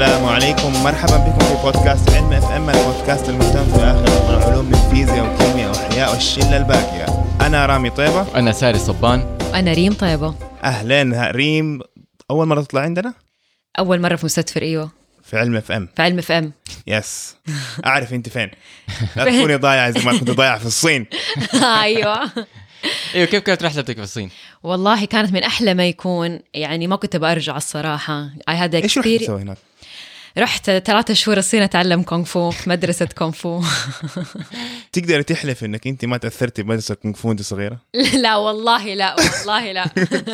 عليكم مرحبا بكم في بودكاست علم اف ام البودكاست المهتم في اخر العلوم من فيزياء وكيمياء واحياء والشله الباقيه انا رامي طيبه أنا ساري صبان أنا ريم طيبة اهلا ريم اول مره تطلع عندنا أول مرة في مستدفر أيوة في علم اف ام في علم اف ام يس اعرف انت فين لا تكوني ضايعه زي ما كنت ضايعه في الصين أيوة ايوه كيف كانت رحلتك في الصين؟ والله كانت من أحلى ما يكون يعني ما كنت برجع الصراحة I had a ايش رحت experience- تسوي هناك؟ رحت ثلاثة شهور الصين أتعلم كونغ فو في مدرسة كونغ فو تقدري تحلف انك انت ما تاثرتي بمدرسه كونغ فو وانت صغيره؟ لا والله لا والله لا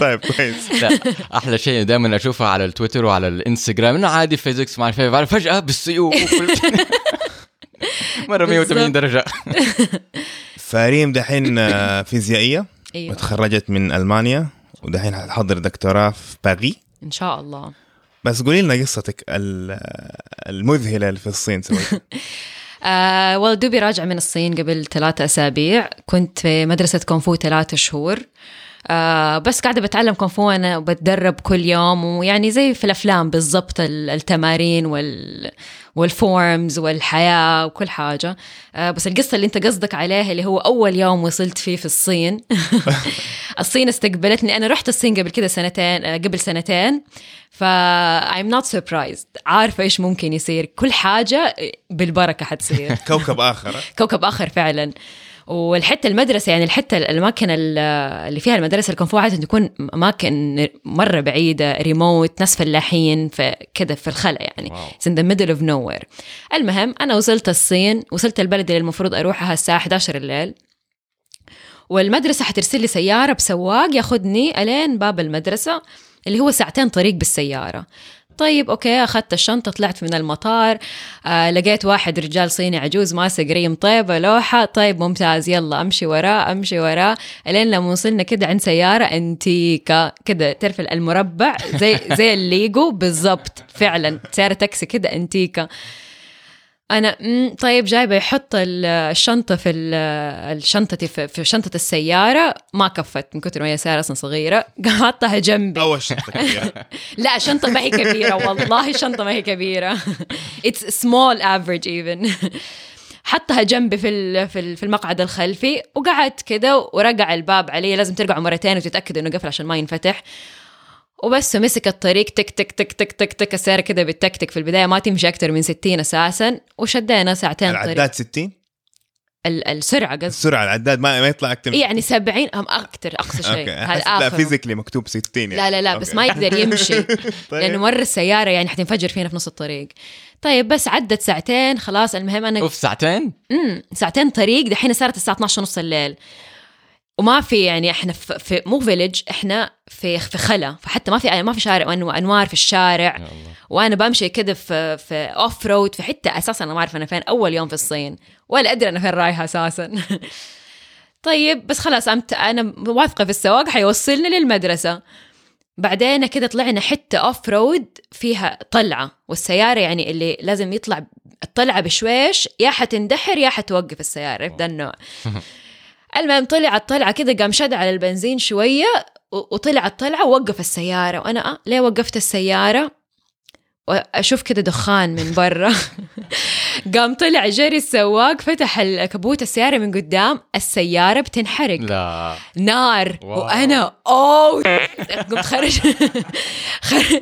طيب كويس لا احلى شيء دائما اشوفها على التويتر وعلى الانستغرام انه عادي فيزيكس ما اعرف إيه، بعرف فجاه بالسيوف وكل- مره 180 بالظبط. درجه فريم دحين آه، فيزيائيه أيوة وتخرجت من المانيا ودحين حتحضر دكتوراه في باغي إن شاء الله بس قولي لنا قصتك ال- المذهله اللي في الصين سويتها آه والله دوبي راجعة من الصين قبل ثلاثة أسابيع كنت في مدرسة كونفو ثلاثة شهور آه بس قاعدة بتعلم كونفو أنا وبتدرب كل يوم ويعني زي في الأفلام بالضبط ال- التمارين وال والفورمز والحياة وكل حاجة آه بس القصة اللي أنت قصدك عليها اللي هو أول يوم وصلت فيه في الصين الصين استقبلتني أنا رحت الصين قبل كده سنتين آه، قبل سنتين ف I'm not surprised عارفة إيش ممكن يصير كل حاجة بالبركة حتصير كوكب اخر كوكب اخر فعلا والحته المدرسه يعني الحته الاماكن ال- اللي فيها المدارس الكونفو عاده تكون اماكن مره بعيده ريموت ناس فلاحين فكذا في الخلا يعني واو. It's in the middle of nowhere المهم انا وصلت الصين وصلت البلد اللي المفروض اروحها الساعه 11 الليل والمدرسه حترسل لي سياره بسواق ياخذني الين باب المدرسه اللي هو ساعتين طريق بالسياره طيب اوكي اخذت الشنطه طلعت من المطار آه لقيت واحد رجال صيني عجوز ماسك ريم طيبه لوحه طيب ممتاز يلا امشي وراه امشي وراه الين لما وصلنا كده عند سياره انتيكا كده تعرف المربع زي زي الليجو بالضبط فعلا سياره تاكسي كده انتيكا انا مم، طيب جايبه يحط ال- الشنطه في ال- الشنطه في في شنطه السياره ما كفت من كثر ما هي سياره اصلا صغيره قام حطها جنبي اول شنطه كبيرة. لا شنطة ما هي كبيرة والله شنطة ما هي كبيرة It's small average even حطها جنبي في ال- في ال- في المقعد الخلفي وقعدت كده ورقع الباب علي لازم ترقعه مرتين وتتأكد انه قفل عشان ما ينفتح وبس مسك الطريق تك تك تك تك تك تك السيارة كده بالتكتك في البداية ما تمشي أكثر من 60 أساسا وشدينا ساعتين طريق العداد 60 ال- السرعة قصدي السرعه العداد ما, ما يطلع اكثر من- يعني 70 أم أكثر أقصى شيء اوكي هذا أحس- لا آخره. فيزيكلي مكتوب 60 يعني. لا لا لا بس أوكي. ما يقدر يمشي طيب. لانه مره السياره يعني حتنفجر فينا في نص الطريق طيب بس عدت ساعتين خلاص المهم انا اوف ساعتين امم ساعتين طريق دحين صارت الساعه 12 نص الليل وما في يعني احنا في, في مو فيلج احنا في في خلا فحتى ما في ما في شارع وأن- وانوار في الشارع يا الله وانا بمشي كده في في اوف رود في حته اساسا انا ما اعرف انا فين اول يوم في الصين ولا ادري انا فين رايحه اساسا طيب بس خلاص أمت انا واثقه في السواق حيوصلني للمدرسه بعدين كده طلعنا حته اوف رود فيها طلعه والسياره يعني اللي لازم يطلع الطلعه بشويش يا حتندحر يا حتوقف السياره ده النوع المهم طلعت طلعه كده قام شد على البنزين شويه و- وطلعت طلعه ووقف السياره وانا أه ليه وقفت السياره واشوف كده دخان من برا قام طلع جري السواق فتح ال- كبوت السياره من قدام السياره بتنحرق لا نار واو. وانا اوه قمت خرج خر...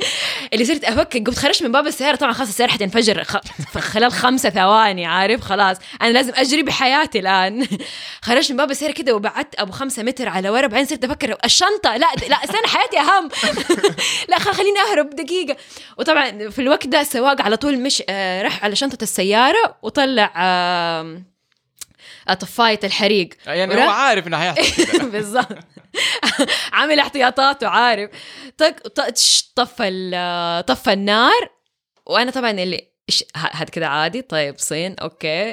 اللي صرت افكر قمت خرجت من باب السياره طبعا خلاص السياره حتنفجر خ... ف- خلال خمسة ثواني عارف خلاص انا لازم اجري بحياتي الان خرجت من باب السياره كده وبعدت ابو خمسة متر على ورا بعدين صرت افكر الشنطه لا لا استنى حياتي اهم لا خل- خليني اهرب دقيقه وطبعا في الوقت ده السواق على طول مش آه، راح على شنطه السياره وطلع آه، طفايه الحريق يعني ورا- هو عارف انه حيحصل كده. بالظبط عامل احتياطات وعارف طق ط- تش- طفى ال- طفى النار وانا طبعا اللي إيش- ه- هاد كده عادي طيب صين اوكي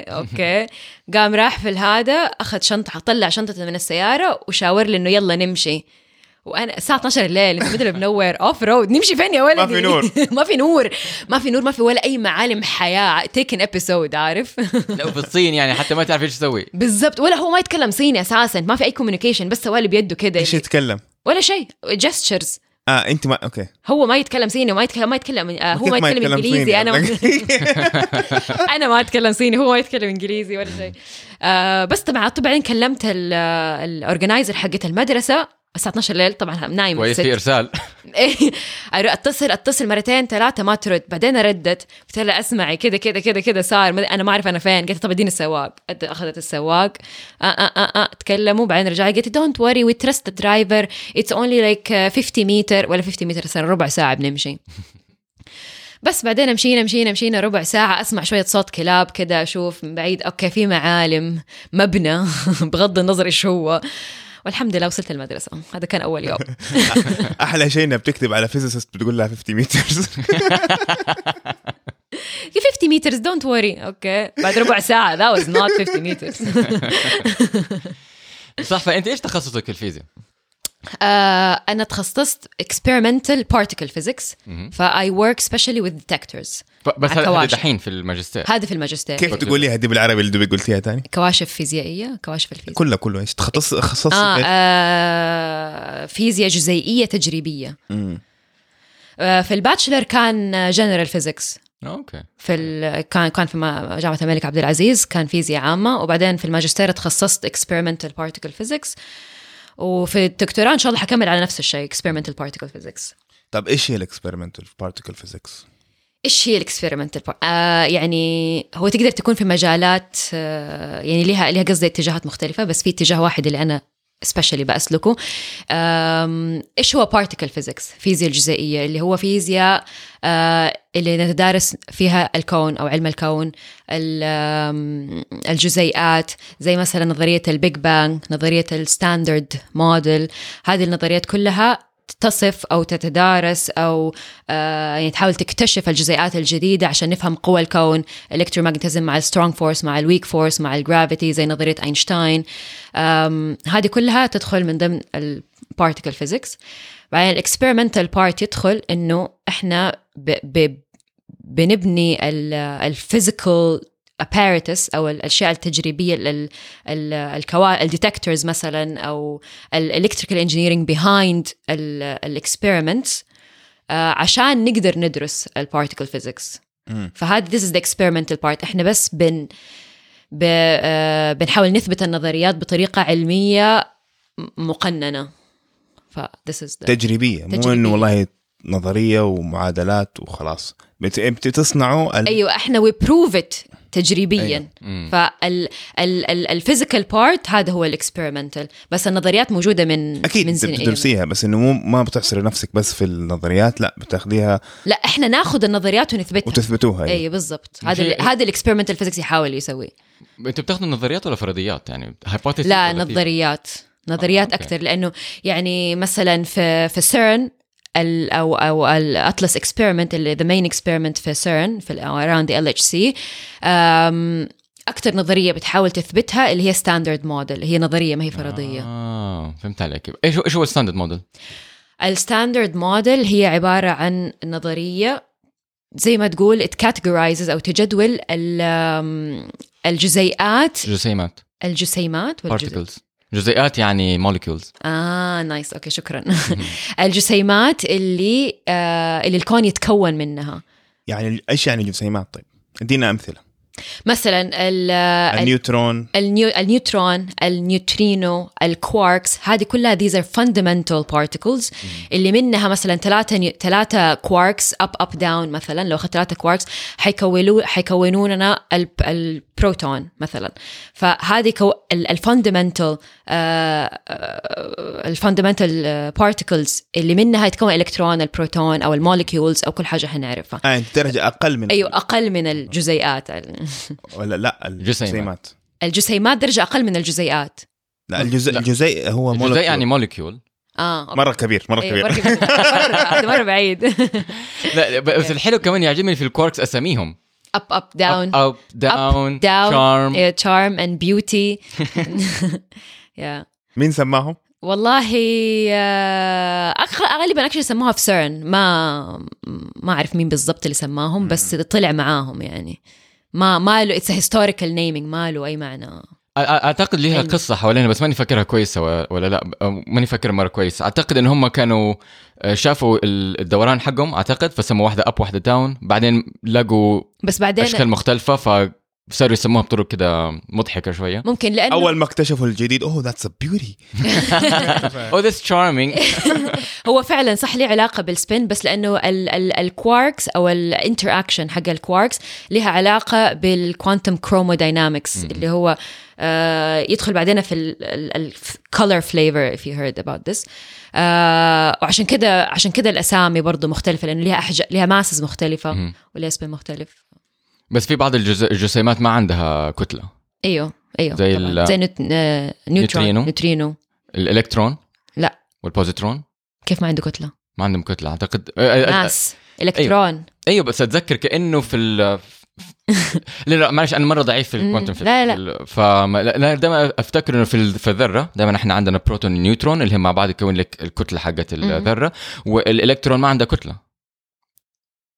اوكي قام راح في الهذا اخذ شنطه طلع شنطته من السياره وشاور لي انه يلا نمشي وانا الساعه 12 الليل في ميدل اوف نوير اوف رود نمشي فين يا ولدي ما في نور. ما في نور ما في نور ما في ولا اي معالم حياه تيكن ابيسود عارف لا في الصين يعني حتى ما تعرف ايش تسوي بالضبط ولا هو ما يتكلم صيني اساسا ما في اي كوميونيكيشن بس سوالي بيده كده ايش يتكلم؟ ولا شيء جستشرز اه انت ما اوكي هو ما يتكلم صيني وما يتكلم ما يتكلم آه هو كيف ما يتكلم يعني. انجليزي صيني؟ انا ما انا ما اتكلم صيني هو ما يتكلم انجليزي ولا شيء آه بس طبعا طبعا كلمت الاورجنايزر حقت المدرسه الساعه 12 الليل طبعا نايمه كويس الست. في ارسال إيه. اتصل اتصل مرتين ثلاثه ما ترد بعدين ردت قلت لها اسمعي كذا كذا كذا كذا صار ما- انا ما اعرف انا فين قالت طب اديني السواق أد- اخذت السواق آه آه آه آه. تكلموا بعدين رجعت قالت دونت وري وي تراست ذا درايفر اتس اونلي لايك 50 متر آه، ولا 50 متر صار ربع ساعه بنمشي بس بعدين مشينا مشينا مشينا ربع ساعة أسمع شوية صوت كلاب كده أشوف من بعيد أوكي في معالم مبنى بغض النظر إيش هو والحمد لله وصلت المدرسة هذا كان أول يوم احلى شيء انها بتكتب على فيزيست بتقول لها 50 مترز 50 مترز دونت وري اوكي بعد ربع ساعه ذا واز نوت 50 مترز صح فانت ايش تخصصك في الفيزياء؟ انا آه، تخصصت experimental particle physics مهم. فاي ورك سبيشلي وذ ديتكتورز ف- بس هذا- هذا الكواشف. دحين في الماجستير هذا في الماجستير كيف تقوليها دي بالعربي اللي دوبك قلتيها تاني كواشف فيزيائيه كواشف الفيزياء كله كله ايش تخصص خصص آه, آه فيزياء جزيئيه تجريبيه مم. آه في الباتشلر كان جنرال فيزيكس اوكي في ال... كان كان في ما- جامعه الملك عبد العزيز كان فيزياء عامه وبعدين في الماجستير تخصصت experimental particle physics وفي الدكتوراه ان شاء الله حكمل على نفس الشيء experimental particle physics طب ايش هي الاكسبيرمنتال بارتيكل فيزيكس؟ ايش هي الاكسبيرمنتال آه يعني هو تقدر تكون في مجالات آه يعني لها لها قصدي اتجاهات مختلفه بس في اتجاه واحد اللي انا سبيشالي باسلكه آم، ايش هو بارتيكل فيزيكس فيزياء الجزيئيه اللي هو فيزياء آه اللي نتدارس فيها الكون او علم الكون ال- آم، الجزيئات زي مثلا نظريه البيج بانج نظريه الستاندرد موديل هذه النظريات كلها تصف او تتدارس او آه، يعني تحاول تكتشف الجزيئات الجديده عشان نفهم قوى الكون الكترومغنتيزم مع السترونج فورس مع الويك فورس مع الجرافيتي زي نظريه اينشتاين آم، هذه كلها تدخل من ضمن البارتيكل فيزيكس بعدين الاكسبيرمنتال بارت يدخل انه احنا ب ب بنبني الفيزيكال apparatus او الاشياء التجريبيه ال- ال- الكوا الديتكتورز مثلا او الالكتريكال انجينيرنج بيهايند الاكسبيرمنتس آه، عشان نقدر ندرس البارتيكل فيزيكس مم. فهذا this is the experimental part احنا بس بن ب... آه، بنحاول نثبت النظريات بطريقة علمية م- مقننة ف this is the... تجريبيه مو تجريبية. انه والله نظريه ومعادلات وخلاص بت... بتصنعوا ال... ايوه احنا we prove it تجريبيا أيوة. مم. فالفيزيكال بارت هذا هو الاكسبيرمنتال بس النظريات موجوده من اكيد من بت- سنين بتدرسيها بس انه مو ما بتحصري نفسك بس في النظريات لا بتاخديها لا احنا ناخذ النظريات ونثبتها وتثبتوها يعني. اي بالضبط هذا شيء- ال- هذا الاكسبيرمنتال فيزيكس يحاول يسويه انتوا بتاخذوا نظريات ولا فرضيات يعني هايبوثيسيس لا نظريات نظريات أوكي. اكثر لانه يعني مثلا في في سيرن ال او او الاطلس اكسبيرمنت اللي ذا مين اكسبيرمنت في سيرن في اراوند ال اتش سي اكثر نظريه بتحاول تثبتها اللي هي ستاندرد موديل هي نظريه ما هي فرضيه اه فهمت عليك ايش هو ايش هو الستاندرد موديل؟ الستاندرد موديل هي عباره عن نظريه زي ما تقول it categorizes او تجدول ال- آم، الجزيئات جسيمات الجسيمات والجزيئات بارتكلز جزيئات يعني موليكيولز اه نايس اوكي شكرا الجسيمات اللي آه اللي الكون يتكون منها يعني ايش يعني الجسيمات طيب؟ ادينا امثله مثلا ال- آه، ال- النيوترون النيو النيوترون النيوترينو الكواركس هذه كلها these are fundamental particles اللي منها مثلا ثلاثة نيو- ثلاثة كواركس up up down مثلا لو اخذت ثلاثة كواركس حيكونوا حيكونون لنا ال- البروتون مثلا فهذه كو الفاندمنتال آه، الفاندمنتال بارتكلز اللي منها يتكون الكترون البروتون او المولكيولز او كل حاجة حنعرفها اه انت درجه اقل من ايوه اقل من الجزيئات ولا لا الجسيمات الجسيمات درجة اقل من الجزيئات لا الجزء لا. الجزيء هو جزيء molecule. يعني موليكيول اه مره كبير مره أيوة، كبير مرة كبير. مرة- هذا مره بعيد لا ب- بس الحلو كمان يعجبني في الكواركس اساميهم اب اب داون اب داون down. شارم تشارم اند بيوتي يا مين سماهم؟ والله آه، أغ- غالبا اكشلي سموها في سيرن ما ما اعرف مين بالضبط اللي سماهم بس طلع معاهم يعني ما ما له اتس هيستوريكال نيمينج ما له اي معنى اعتقد ليها حلو. قصه حوالينا بس ماني فاكرها كويسه و- ولا لا أو ماني فاكر مره كويس اعتقد ان هم كانوا آه، شافوا ال- الدوران حقهم اعتقد فسموا واحده اب واحده داون بعدين لقوا بس بعدين اشكال مختلفه فصاروا يسموها بطرق كده مضحكه شويه ممكن لانه اول ما اكتشفوا الجديد اوه ذاتس ا بيوتي او ذس تشارمينج هو فعلا صح لي علاقه بالسبين بس لانه ال ال الكواركس او الانتر اكشن حق الكواركس لها علاقه بالكوانتم كروموداينامكس اللي هو آه يدخل بعدين في الكولر فليفر if you heard about this آه وعشان كده عشان كده الاسامي برضه مختلفه لانه لها أحج... لها ماسز مختلفه مم. ولها سبين مختلف بس في بعض الجز... الجسيمات ما عندها كتله ايوه ايوه زي طبعاً. ال- زي نوت... آه نيوترون نيوترينو. نيوترينو الالكترون لا. والبوزيترون كيف ما عنده كتله؟ ما عندهم كتله اعتقد آه، آه، آه، ماس الكترون ايوه بس اتذكر كانه في ال لا لا معلش انا مره ضعيف في مم. الكوانتم في لا، لا. ف لا دائما افتكر انه في ال- في الذره دائما احنا عندنا بروتون نيوترون اللي هم مع بعض يكون لك الكتله حقت مم. الذره والالكترون ما عندها كتله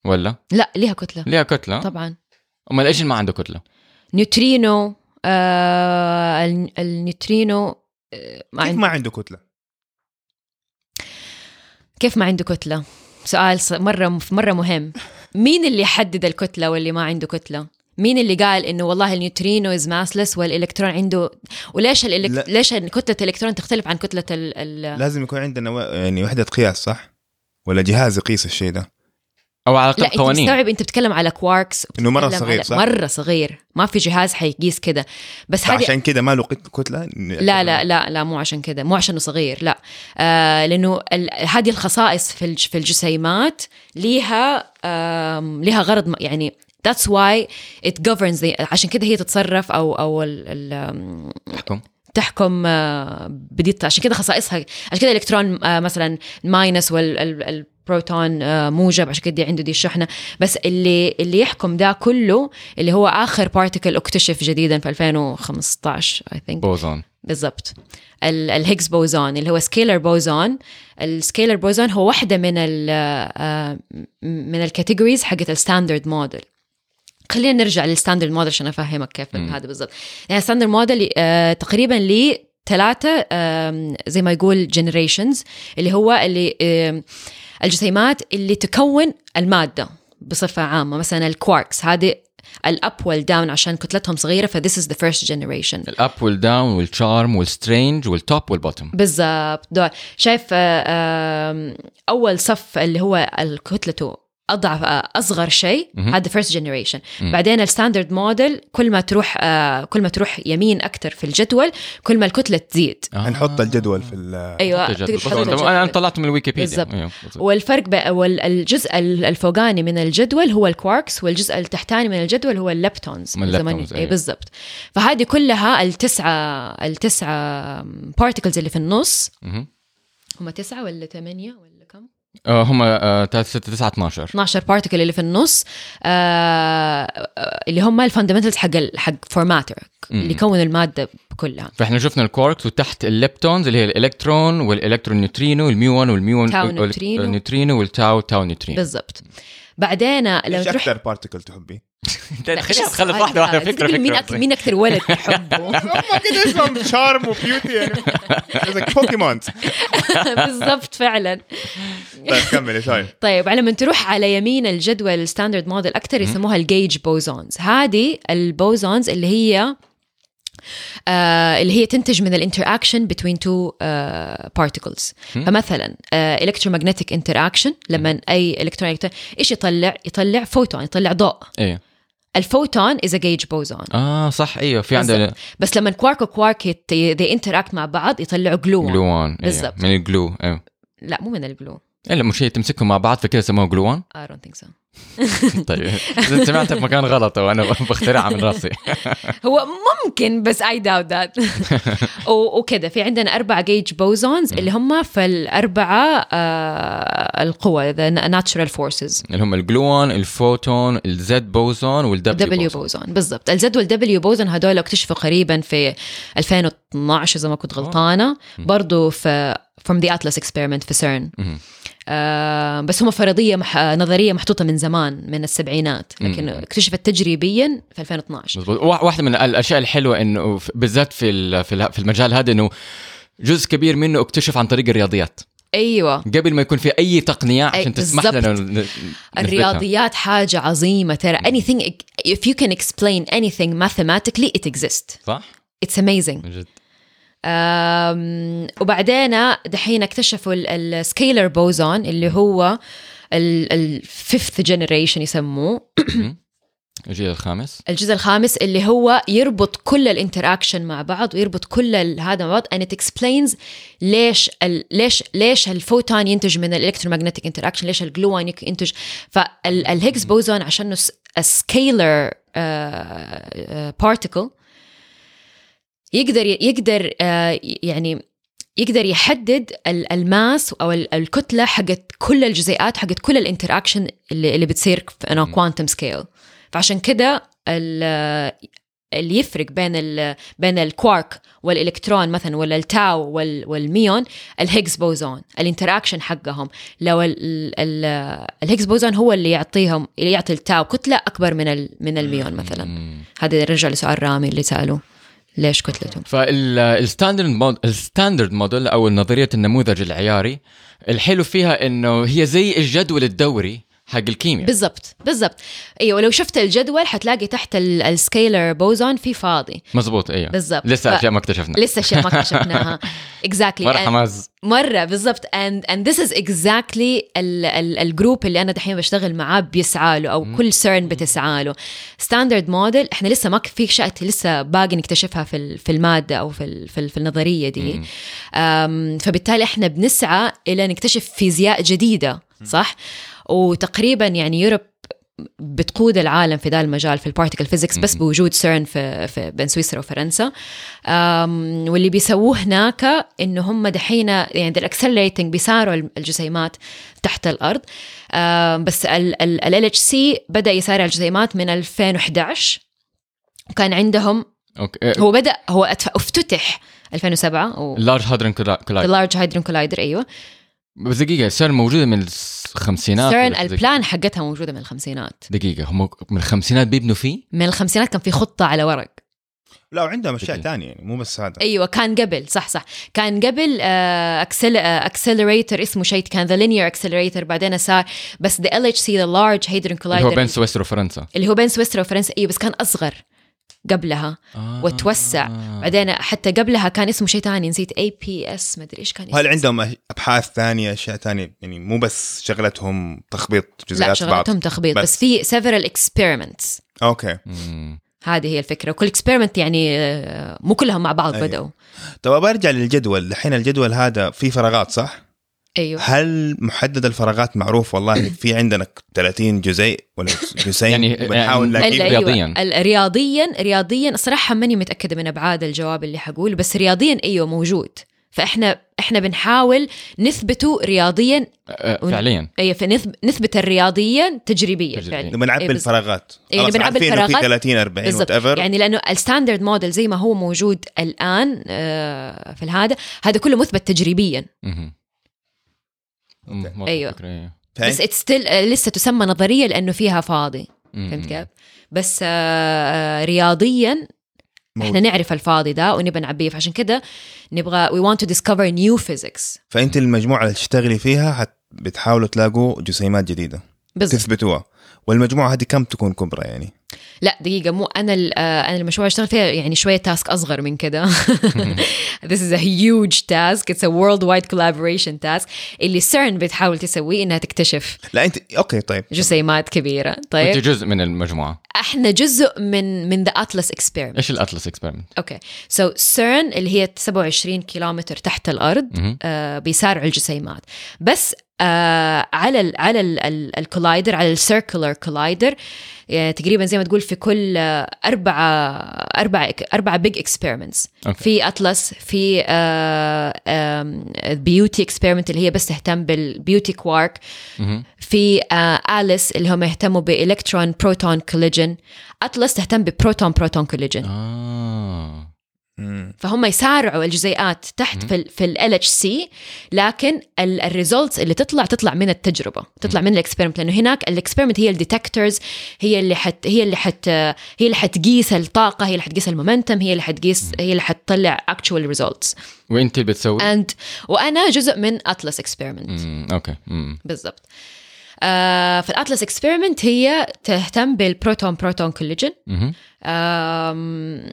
ولا لا لها كتله ليها كتله طبعا امال ايش اللي ما عنده كتله نيوترينو آه الن- النيوترينو آه، ما كيف عند... ما عنده كتله كيف ما عنده كتلة؟ سؤال ص- مرة مرة مهم مين اللي حدد الكتلة واللي ما عنده كتلة؟ مين اللي قال انه والله النيوترينو از ماسلس والالكترون عنده وليش لا. الإلك... ليش كتلة الالكترون تختلف عن كتلة ال... ال... لازم يكون عندنا و- يعني وحده قياس صح ولا جهاز يقيس الشيء ده او على لا الاقل انت قوانين مستوعب انت بتتكلم على كواركس إنه مرة بتتكلم صغير، على- صح؟ مرة صغير ما في جهاز حيقيس كده بس هذه عشان كده ما له قت- كتله لا لا لا لا مو عشان كذا مو عشانه صغير لا آه لانه ال- هذه الخصائص في الج- في الجسيمات ليها آم، ليها غرض م- يعني that's why it governs the, عشان كده هي تتصرف او او ال- ال- آم، تحكم تحكم آه، بدي الط- عشان كده خصائصها عشان كده الالكترون آه، مثلا ماينس والبروتون آه، موجب عشان كده دي عنده دي الشحنه بس اللي اللي يحكم ده كله اللي هو اخر بارتيكل اكتشف جديدا في 2015 اي ثينك بوزون بالضبط ال- الهيجز بوزون اللي هو سكيلر بوزون السكيلر بوزون هو واحدة من ال آه، من الكاتيجوريز حقت الستاندرد موديل خلينا نرجع للستاندرد موديل عشان افهمك كيف مم. هذا بالضبط يعني الستاندرد موديل آه، تقريبا لي ثلاثة آم، زي ما يقول جنريشنز اللي هو اللي آم، الجسيمات اللي تكون المادة بصفة عامة مثلا الكواركس هذه الاب والداون عشان كتلتهم صغيرة فذيس از ذا فيرست جنريشن الاب والداون والتشارم والسترينج والتوب والبوتم بالضبط دول شايف آه، آم، اول صف اللي هو كتلته اضعف آه، اصغر شيء مهم. هذا فيرست جنريشن مم. بعدين الستاندرد موديل كل ما تروح آه، كل ما تروح يمين اكثر في الجدول كل ما الكتله تزيد آه. هنحط الجدول في ال- ايوه تجد- تقدر بالضبط. تحط الجدول. انا أنا طلعت من الويكيبيديا بالضبط. أيوه، بالضبط. والفرق بقى والجزء الفوقاني من الجدول هو الكواركس والجزء التحتاني من الجدول هو الليبتونز من الليبتونز، إيه أيوة. بالضبط فهذه كلها التسعه التسعه بارتكلز اللي في النص مهم. هم تسعه ولا ثمانيه ولا كم؟ آه، هم 3 6 9 12 12 بارتكل اللي في النص آه، آه، اللي هم الفاندمنتالز حق ال- حق فورماتر اللي مم. يكون الماده كلها فاحنا شفنا الكواركس وتحت الليبتونز اللي هي الالكترون والالكترون نيوترينو والميون والميون تاو وال- نيوترينو. والنيوترينو والتاو تاو نيوترينو بالضبط بعدين لما ايش تروح اكثر بارتكل تحبيه؟ خلينا إيش نتخلص السؤال واحده واحده هذا؟ فكره تقول آه، مين اكثر فكره مين اكثر ولد تحبه هم كده اسمهم شارم وبيوتي يعني بوكيمونز بالضبط فعلا طيب كملي طيب طيب على من تروح على يمين الجدول الستاندرد موديل اكثر يسموها الجيج بوزونز هذه البوزونز اللي هي آه اللي هي تنتج من الانتراكشن بين تو آه، بارتيكلز مم. فمثلا الكترومagnetic انتراكشن آه، لما اي الكترون إلكترون- ايش يطلع يطلع فوتون يطلع ضوء ايه الفوتون از جيج بوزون اه صح ايوه في عندنا بس لما كوارك وكوارك they interact مع بعض يطلعوا جلوون جلوان إيه. بالضبط. من الجلو ايوه لا مو من الجلو إيه، لا مش هي تمسكهم مع بعض فكذا سموها جلوان I don't think so طيب إذا سمعتها في مكان غلط وانا بخترعها من راسي هو ممكن بس اي داوت ذات وكذا في عندنا اربع جيج بوزونز اللي هم في الاربعه آه القوى ذا ناتشرال فورسز اللي هم الجلوان الفوتون الزد بوزون والدبليو دبليو بوزون بوزون بالضبط الجدول دبليو بوزون هذول اكتشفوا قريبا في 2012 اذا ما كنت غلطانه برضو في from the atlas experiment في سيرن مهم. آه بس هم فرضيه مح... نظريه محطوطه من زمان من السبعينات لكن مم. اكتشفت تجريبيا في 2012 مزبوط وا- واحده من الاشياء الحلوه انه ف- بالذات في ال- في ال- في المجال هذا انه جزء كبير منه اكتشف عن طريق الرياضيات ايوه قبل ما يكون في اي تقنيه أي، عشان تسمح لنا بالضبط. ن- ن- نثبتها. الرياضيات حاجة عظيمة ترى anything if you can explain anything mathematically it exists صح it's amazing من جد أم، وبعدين دحين اكتشفوا السكيلر بوزون اللي هو الفيفث جنريشن يسموه الجيل الخامس الجزء الخامس اللي هو يربط كل الانتراكشن مع بعض ويربط كل ال- هذا مع بعض and it explains ليش ال ليش ليش الفوتون ينتج من الالكترومagnetic انتراكشن ليش الجلوان يك- ينتج فالهيجز بوزون عشان سكيلر آه، بارتيكل يقدر يقدر آه، يعني يقدر يحدد ال- الماس او ال- الكتله حقت كل الجزيئات حقت كل الانتراكشن اللي, اللي بتصير في مم. كوانتم سكيل فعشان كده ال- اللي يفرق بين ال بين الكوارك والالكترون مثلا ولا التاو وال والميون الهيجز بوزون الانتراكشن حقهم لو ال- ال- ال- الهيجز بوزون هو اللي يعطيهم اللي يعطي التاو كتله اكبر من ال- من الميون مثلا مم. هذا يرجع لسؤال رامي اللي ساله ليش كتلته فالستاندرد مود الستاندرد موديل او نظريه النموذج العياري الحلو فيها انه هي زي الجدول الدوري حق الكيمياء بالضبط بالضبط ايوه لو شفت الجدول حتلاقي تحت السكيلر بوزون في فاضي مزبوط ايوه بالضبط. ف- لسه اشياء ما اكتشفنا لسه آه، اشياء ما اكتشفناها اكزاكتلي مره حماس مره بالضبط and and this is exactly ال ال الجروب اللي انا دحين بشتغل معاه بيسعى له او كل سيرن بتسعى له ستاندرد موديل احنا لسه ما ك- في اشياء لسه باقي نكتشفها في ال- في الماده او في ال- في, ال- في النظريه دي أم، فبالتالي احنا بنسعى الى نكتشف فيزياء جديده صح وتقريبا يعني يوروب بتقود العالم في ذا المجال في البارتيكل فيزيكس بس بوجود سيرن في, في بين سويسرا وفرنسا أم، واللي بيسووه هناك انه هم دحين يعني الاكسلريتنج بيساروا الجسيمات تحت الارض أم، بس ال اتش سي بدا يسارع الجسيمات من 2011 وكان عندهم اوكي هو بدا هو أتف- افتتح 2007 او اللارج هادرن كلايد اللارج هايدرون كولايدر ايوه بس دقيقه سيرن موجوده من الخمسينات سيرن ولا شيء زي البلان حقتها موجوده من الخمسينات كده. دقيقه هم من الخمسينات بيبنوا فيه من الخمسينات كان في خطه على ورق لا وعندهم اشياء أوكي. ثانيه يعني مو بس هذا ايوه كان قبل صح صح كان قبل آه، اكسلريتر اسمه شيء كان ذا لينير اكسلريتر بعدين صار بس ذا ال اتش سي ذا لارج هيدرون اللي هو كولايدر بين سويسرا وفرنسا اللي هو بين سويسرا وفرنسا ايوه بس كان اصغر قبلها آه. وتوسع. بعدين حتى قبلها كان اسمه شيء ثاني نسيت اي بي اس مدري ايش كان وهل اسمه. عندهم أش- ابحاث ثانيه اشياء ثانيه يعني مو بس شغلتهم تخبيط لا جزيئات بعض شغلتهم تخبيط بس, بس. بس في several experiments اوكي مم. هذه هي الفكره وكل experiment يعني آه، مو كلهم مع بعض أيوة. بداوا طب ابغى ارجع للجدول الحين الجدول هذا فيه فراغات صح؟ ايوه هل محدد الفراغات معروف والله في عندنا 30 جزيء ولا جزيء يعني- بنحاول يعني- نلاقيه. آه، ال- رياضياً. أيوة. ال- رياضيا رياضيا الصراحه ماني متاكده من ابعاد الجواب اللي حقوله بس رياضيا ايوه موجود فاحنا احنا بنحاول نثبته رياضيا آه، ون- فعليا اي فنثبت نثبت الرياضيا تجريبيا تجريبيا. فعلا بنعبي إيه، بالظبط. الفراغات يعني خلاص بنعبي عارفين إنه في الفراغات. 30 40 وات بالضبط ايفر يعني لانه الستاندرد موديل زي ما هو موجود الان آه، في هذا هذا كله مثبت تجريبيا مهم. مم، مرة أيوة. فكرة، أيوة. إيه. بس اتس ستيل لسه تسمى نظريه لانه فيها فاضي مم. فهمت كيف؟ بس آه، آه، رياضيا احنا نعرف الفاضي ده ونبى نعبيه فعشان كده نبغى we want to discover new physics فانت المجموعه اللي تشتغلي فيها حت بتحاولوا تلاقوا جسيمات جديده بالضبط تثبتوها والمجموعه هذه كم تكون كبرى يعني؟ لا دقيقه مو انا ال- آه، انا المشروع اللي اشتغل فيها يعني شويه تاسك اصغر من كده this is a huge task it's a worldwide collaboration task اللي CERN بتحاول تسويه انها تكتشف لا انت اوكي طيب جسيمات كبيره وانت طيب جزء من المجموعه احنا جزء من من ذا اتلس اكسبيرمنت ايش الاتلس اكسبيرمنت اوكي سو سيرن اللي هي 27 كيلومتر تحت الارض آه، بيسارعوا الجسيمات بس آه، على ال على ال- ال- الكولايدر على السيركولر كولايدر تقريبا زي ما تقول في كل آه، أربعة أربعة أربعة بيج اكسبيرمنتس أوكي. في أطلس في آه، بيوتي اكسبيرمنت اللي هي بس تهتم بالبيوتي كوارك في آه، أليس اللي هم يهتموا بإلكترون بروتون كوليجن أطلس تهتم ببروتون بروتون كوليجن اه فهم يسارعوا الجزيئات تحت مم. في ال في ال اتش سي لكن الريزولتس اللي تطلع تطلع من التجربه تطلع من الاكسبيرمنت لانه هناك الاكسبيرمنت هي الديتكتورز هي اللي حت هي اللي حت هي اللي حتقيس الطاقه هي اللي حتقيس المومنتم هي اللي حتقيس هي اللي حتطلع اكشوال ريزولتس وانت اللي بتسوي؟ اند وانا جزء من اتلس اكسبيرمنت مم، اوكي مم. بالضبط آه فالاتلس اكسبيرمنت هي تهتم بالبروتون بروتون كوليجن مهم. آم،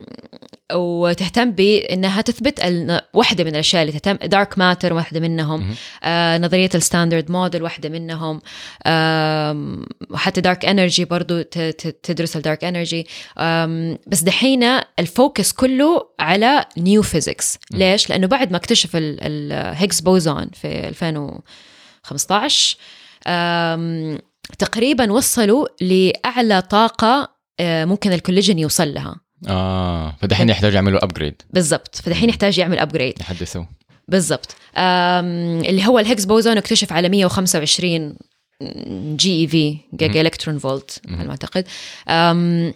وتهتم بانها تثبت ال- واحده من الاشياء اللي تهتم دارك ماتر واحده منهم مهم. آه، نظريه الستاندرد موديل واحده منهم آم، وحتى دارك انرجي برضو ت- ت- تدرس الدارك انرجي بس دحين الفوكس كله على نيو فيزيكس ليش لانه بعد ما اكتشف الهيجز بوزون في 2015 آم، تقريبا وصلوا لاعلى طاقه آه، ممكن الكوليجن يوصل لها اه فدحين يحتاج يعملوا ابجريد بالضبط فدحين يحتاج يعمل ابجريد يحدثوا بالضبط أم، اللي هو الهيكس بوزون اكتشف على 125 E جي اي في جيجا الكترون فولت على ما اعتقد أم،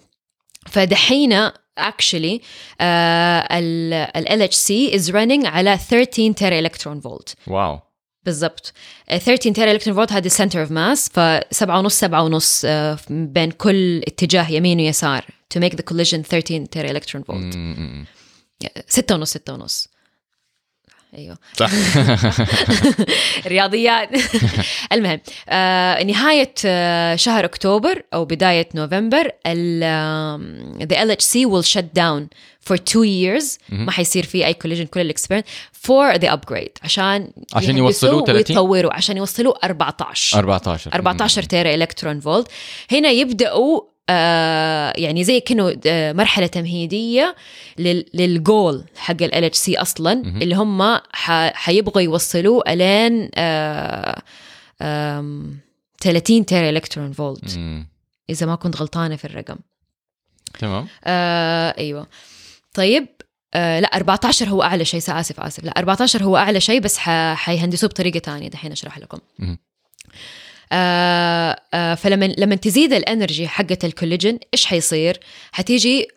فدحين actually آه، ال اتش سي از running على 13 تيرا الكترون فولت واو بالضبط 13 تيرا الكترون فولت هذه سنتر اوف ماس ف 7 ونص 7 ونص آه، بين كل اتجاه يمين ويسار to make the collision 13 تيرا الكترون فولت مم، مم. 6 ونص 6 ونص ايوه صح رياضيات المهم آه نهايه آه شهر اكتوبر او بدايه نوفمبر ال ذا ال اتش سي ويل شت داون فور 2 years ما حيصير في اي كوليجن كل الاكسبيرمنت فور ذا ابجريد عشان عشان يهندسوه يوصلوه 30. ويطوروا عشان يوصلوا 14 14 14 تيرا الكترون فولت هنا يبداوا آه يعني زي كانوا آه مرحله تمهيديه لل- للجول حق ال اتش سي اصلا مهم. اللي هم ح- حيبغوا يوصلوه الين آه آم، 30 تيرا الكترون فولت مم. اذا ما كنت غلطانه في الرقم تمام آه ايوه طيب آه لا 14 هو اعلى شيء اسف اسف لا 14 هو اعلى شيء بس ح- حيهندسوه بطريقه ثانيه دحين اشرح لكم مهم. آه آه فلما لما تزيد الانرجي حقه الكوليجين ايش حيصير حتيجي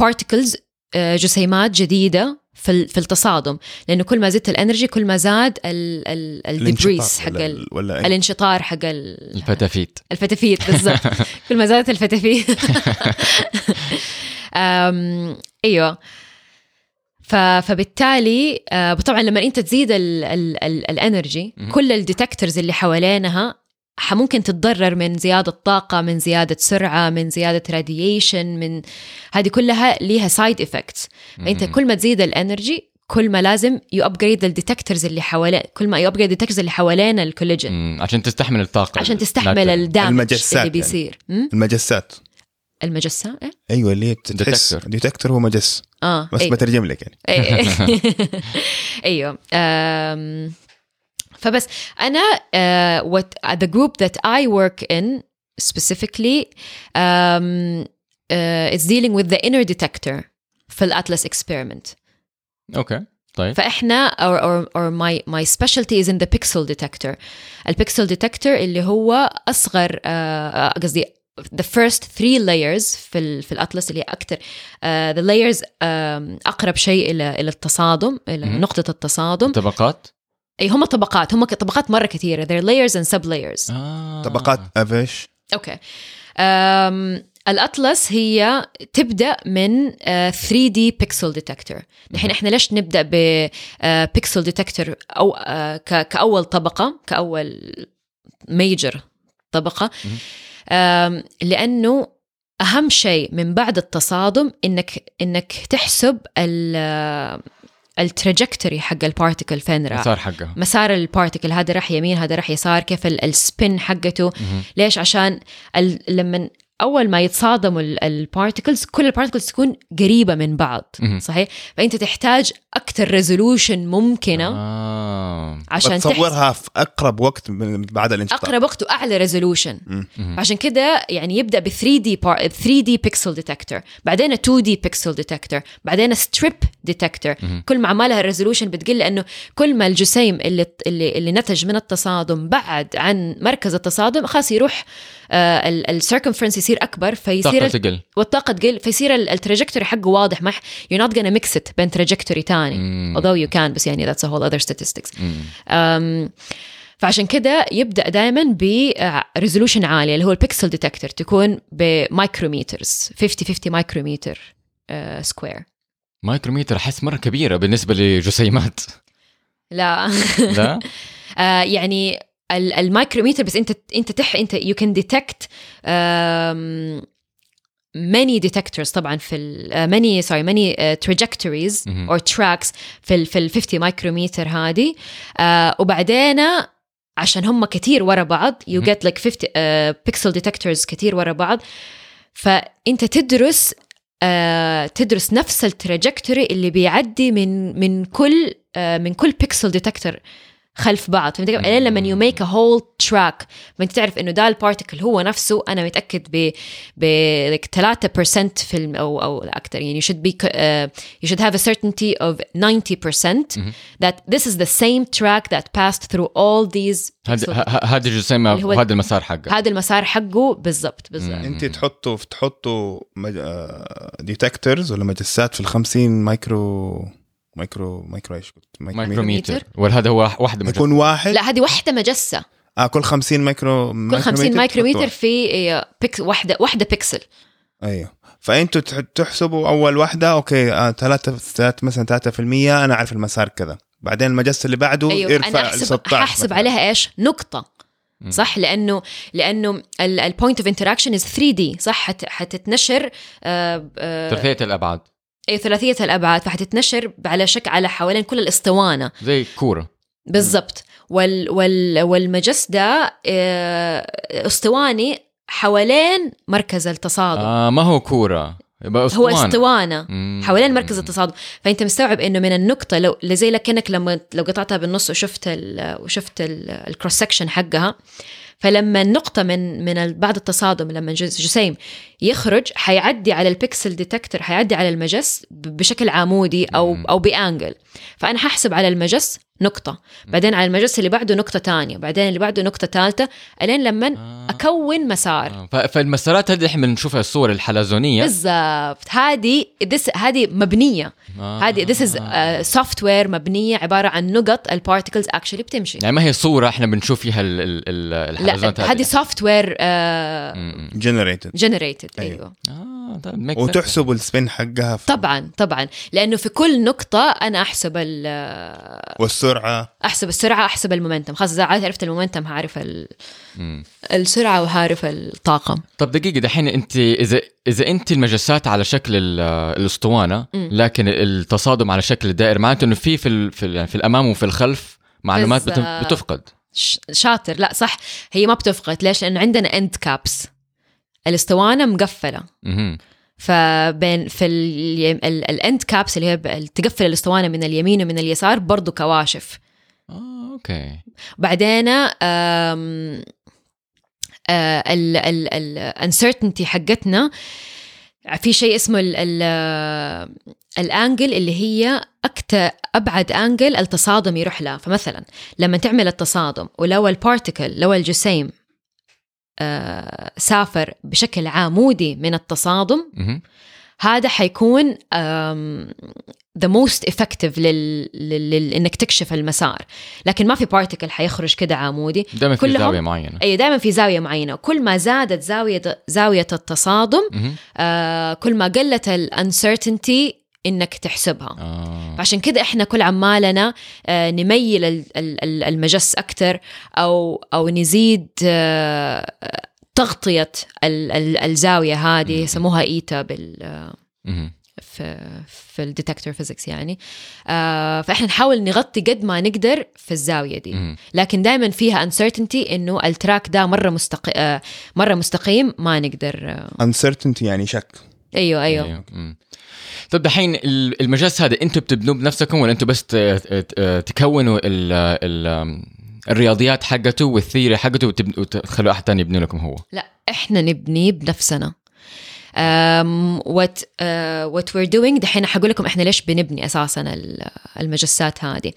بارتكلز جسيمات جديده في ال- في التصادم لانه كل ما زدت الانرجي كل ما زاد ال- ال- الدبريس الانشطار حق ولا ال- ال- ولا إيه؟ أي- الانشطار حق ال- الفتافيت الفتافيت بالضبط كل ما زادت الفتافيت أم، ايوه ف- فبالتالي آه، طبعا لما انت تزيد ال ال ال الانرجي مهم. كل الديتكتورز اللي حوالينها ح- ممكن تتضرر من زيادة طاقة من زيادة سرعة من زيادة راديشن من هذه كلها ليها سايد افكتس انت مم. كل ما تزيد الانرجي كل ما لازم يو ابجريد الديتكتورز اللي حوالين كل ما يو ابجريد الديتكتورز اللي حوالين الكوليجن مم. عشان تستحمل الطاقه عشان تستحمل لا ت- طيب. الدامج نعم. المجسات اللي يعني. بيصير يعني. المجسات المجسة إيه؟ ايوه اللي هي بتحس Detector. ديتكتور هو مجس اه بس أي- بترجم لك يعني إيه. أي- ايوه أم، فبس انا uh, what the group that I work in specifically um, uh, is dealing with the inner detector في الاتلس اكسبيرمنت اوكي طيب فاحنا or, or, or my, my specialty is in the pixel detector البيكسل ديتكتور اللي هو اصغر آه، قصدي the first three layers في ال في الاطلس اللي هي اكثر آه، the layers آم، اقرب شيء الى الى التصادم الى مهم. نقطه التصادم طبقات اي هم طبقات هم ك- طبقات مره كثيره they're layers and sub layers آه. طبقات افش اوكي أم، الاطلس هي تبدا من آه، 3D بيكسل ديتكتور الحين احنا ليش آه، نبدا ببيكسل ديتكتور او آه، ك- كاول طبقه كاول ميجر طبقه مهم. أم، لانه اهم شيء من بعد التصادم انك انك تحسب ال التراجكتوري حق البارتيكل فين راح مسار حقها مسار البارتيكل هذا راح يمين هذا راح يسار كيف السبين حقته مهم. ليش عشان ال- لما اول ما يتصادموا البارتكلز كل البارتكلز تكون قريبه من بعض مهم. صحيح فانت تحتاج اكثر ريزولوشن ممكنه آه. عشان تحس بتصورها في اقرب وقت من بعد الانشقاق اقرب وقت واعلى ريزولوشن مم. مم. عشان كده يعني يبدا ب 3 دي 3 دي بيكسل ديتكتور بعدين 2 دي بيكسل ديتكتور بعدين ستريب ديتكتور مهم. كل ما عمالها الريزولوشن بتقل لانه كل ما الجسيم اللي اللي, اللي نتج من التصادم بعد عن مركز التصادم خلاص يروح آه، السيركمفرنس يصير اكبر فيصير طاقة ال- تقل والطاقه تقل فيصير التراجكتوري حقه واضح ما يو نوت gonna ميكس ات بين تراجكتوري تاني مم. يعني although you can بس يعني that's a whole other statistics مم. أم، فعشان كده يبدا دائما بريزولوشن عالي آه، اللي هو البيكسل ديتكتور تكون بمايكروميترز 50 50 مايكروميتر آه، سكوير مايكروميتر احس مره كبيره بالنسبه لجسيمات لا لا آه، يعني ال- المايكروميتر بس انت انت تح انت يو كان ديتكت many detectors طبعا في ال آه، many sorry many آه، trajectories مهم. or tracks في ال في ال 50 مايكروميتر هذه آه، وبعدين عشان هم كتير ورا بعض you مهم. get like 50 بيكسل ديتكتورز كتير ورا بعض فانت تدرس آه، تدرس نفس التراجكتوري اللي بيعدي من من كل آه، من كل بيكسل ديتكتور خلف بعض فهمت كيف؟ الين لما يو ميك ا هول تراك ما انت تعرف انه ده البارتكل هو نفسه انا متاكد ب ب like 3% في الم او او اكثر يعني you should be uh, you should have a certainty of 90% مهم. that this is the same track that passed through all these هذا pixel- ه- ه- هذا اللي الجسيمه هو- وهذا المسار حقه هذا المسار حقه بالضبط مم. بالضبط انت تحطوا تحطوا مج... ديتكتورز ولا مجسات في ال 50 مايكرو مايكرو مايكرو ايش قلت مايكروميتر وهذا هو واحده من يكون واحد لا هذه واحده مجسه اه كل 50 مايكرو كل 50 مايكرومتر في إيه، بيكس واحده واحده بيكسل ايوه فانتوا تح- تحسبوا اول واحده اوكي آه، ثلاثة ثلاثة مثلا 3% انا عارف المسار كذا بعدين المجس اللي بعده ايوه يرفع انا ل احسب 16 احسب مثلاً. عليها ايش نقطه مم. صح لانه لانه البوينت اوف انتراكشن از 3 دي صح حت- حتتنشر آه، آه، ثلاثيه الابعاد إيه، ثلاثيه الابعاد فحتتنشر على شك على حوالين كل الاسطوانه زي كوره بالضبط وال وال والمجس ده آه، اسطواني حوالين مركز التصادم آه ما هو كوره يبقى آه، هو أسطوانة. اسطوانه مم. حوالين مركز التصادم فانت مستوعب انه من النقطه لو اللي زي لكنك لما لو قطعتها بالنص وشفت ال وشفت الكروس سكشن حقها فلما النقطه من من ال- بعد التصادم لما جس- جسيم يخرج حيعدي على البكسل ديتكتور حيعدي على المجس ب- بشكل عمودي او مم. او بانجل فانا ححسب على المجس نقطه بعدين على المجس اللي بعده نقطه تانية بعدين اللي بعده نقطه ثالثه الين لما آه. اكون مسار آه. ف- فالمسارات هذه احنا بنشوفها الصور الحلزونيه بالضبط هذه this- هذه مبنيه آه. هذه this is سوفت وير مبنيه عباره عن نقط البارتكلز اكشلي بتمشي يعني ما هي صوره احنا بنشوف فيها ال- ال- ال- لا الحلزونات هذه آه، سوفت وير مم. generated جنريتد أيوة. ايوه اه طيب make sense. وتحسبوا السبين حقها في طبعا طبعا لانه في كل نقطه انا احسب ال- والسرعه احسب السرعه احسب المومنتم خلاص اذا عرفت المومنتم هعرف ال- مم. السرعه وهعرف الطاقه طب دقيقة دحين أنت إذا إذا أنت المجسات على شكل ال- الأسطوانة مم. لكن التصادم على شكل الدائرة معناته إنه في في ال- في, ال- يعني في الأمام وفي الخلف معلومات بت- بالظبط. بتفقد ش- شاطر لا صح هي ما بتفقد ليش لانه عندنا اند كابس الاسطوانه مقفله مهم. فبين في الاند كابس اللي هي ب- تقفل الاسطوانه من اليمين ومن اليسار برضو كواشف آه أوكي بعدين آم، آه، ال ال الانسرتينتي حقتنا في شيء اسمه ال آه، ال الانجل اللي هي اكتر ابعد انجل التصادم يروح لها فمثلا لما تعمل التصادم ولو البارتكل لو الجسيم آه، سافر بشكل عمودي من التصادم مهم. هذا حيكون um, the most effective لل... لل... لل... انك تكشف المسار لكن ما في بارتكل حيخرج كده عمودي دائما في كلهم- زاوية معينة اي دائما في زاويه معينه كل ما زادت زاويه زاويه التصادم مهم. آه كل ما قلت الانسرتينتي انك تحسبها آه. عشان كده احنا كل عمالنا آه، نميل ال- ال- ال- المجس اكثر او او نزيد آه، تغطيه ال- ال- الزاويه هذه مم. يسموها ايتا بال مهم. في في الديتكتور فيزيكس يعني آه فاحنا نحاول نغطي قد ما نقدر في الزاويه دي مهم. لكن دائما فيها uncertainty انه التراك ده مره مستقيم مره مستقيم ما نقدر آه، uncertainty يعني شك ايوه ايوه, أمم. طب دحين ال- المجلس هذا انتم بتبنوه بنفسكم ولا انتم بس ت- ت- تكونوا ال ال الرياضيات حقته والثيري حقته وتبن- وتخلوا احد ثاني يبني لكم هو لا احنا نبنيه بنفسنا um, what uh, what we're doing دحين حقول لكم احنا ليش بنبني اساسا ال- المجسات هذه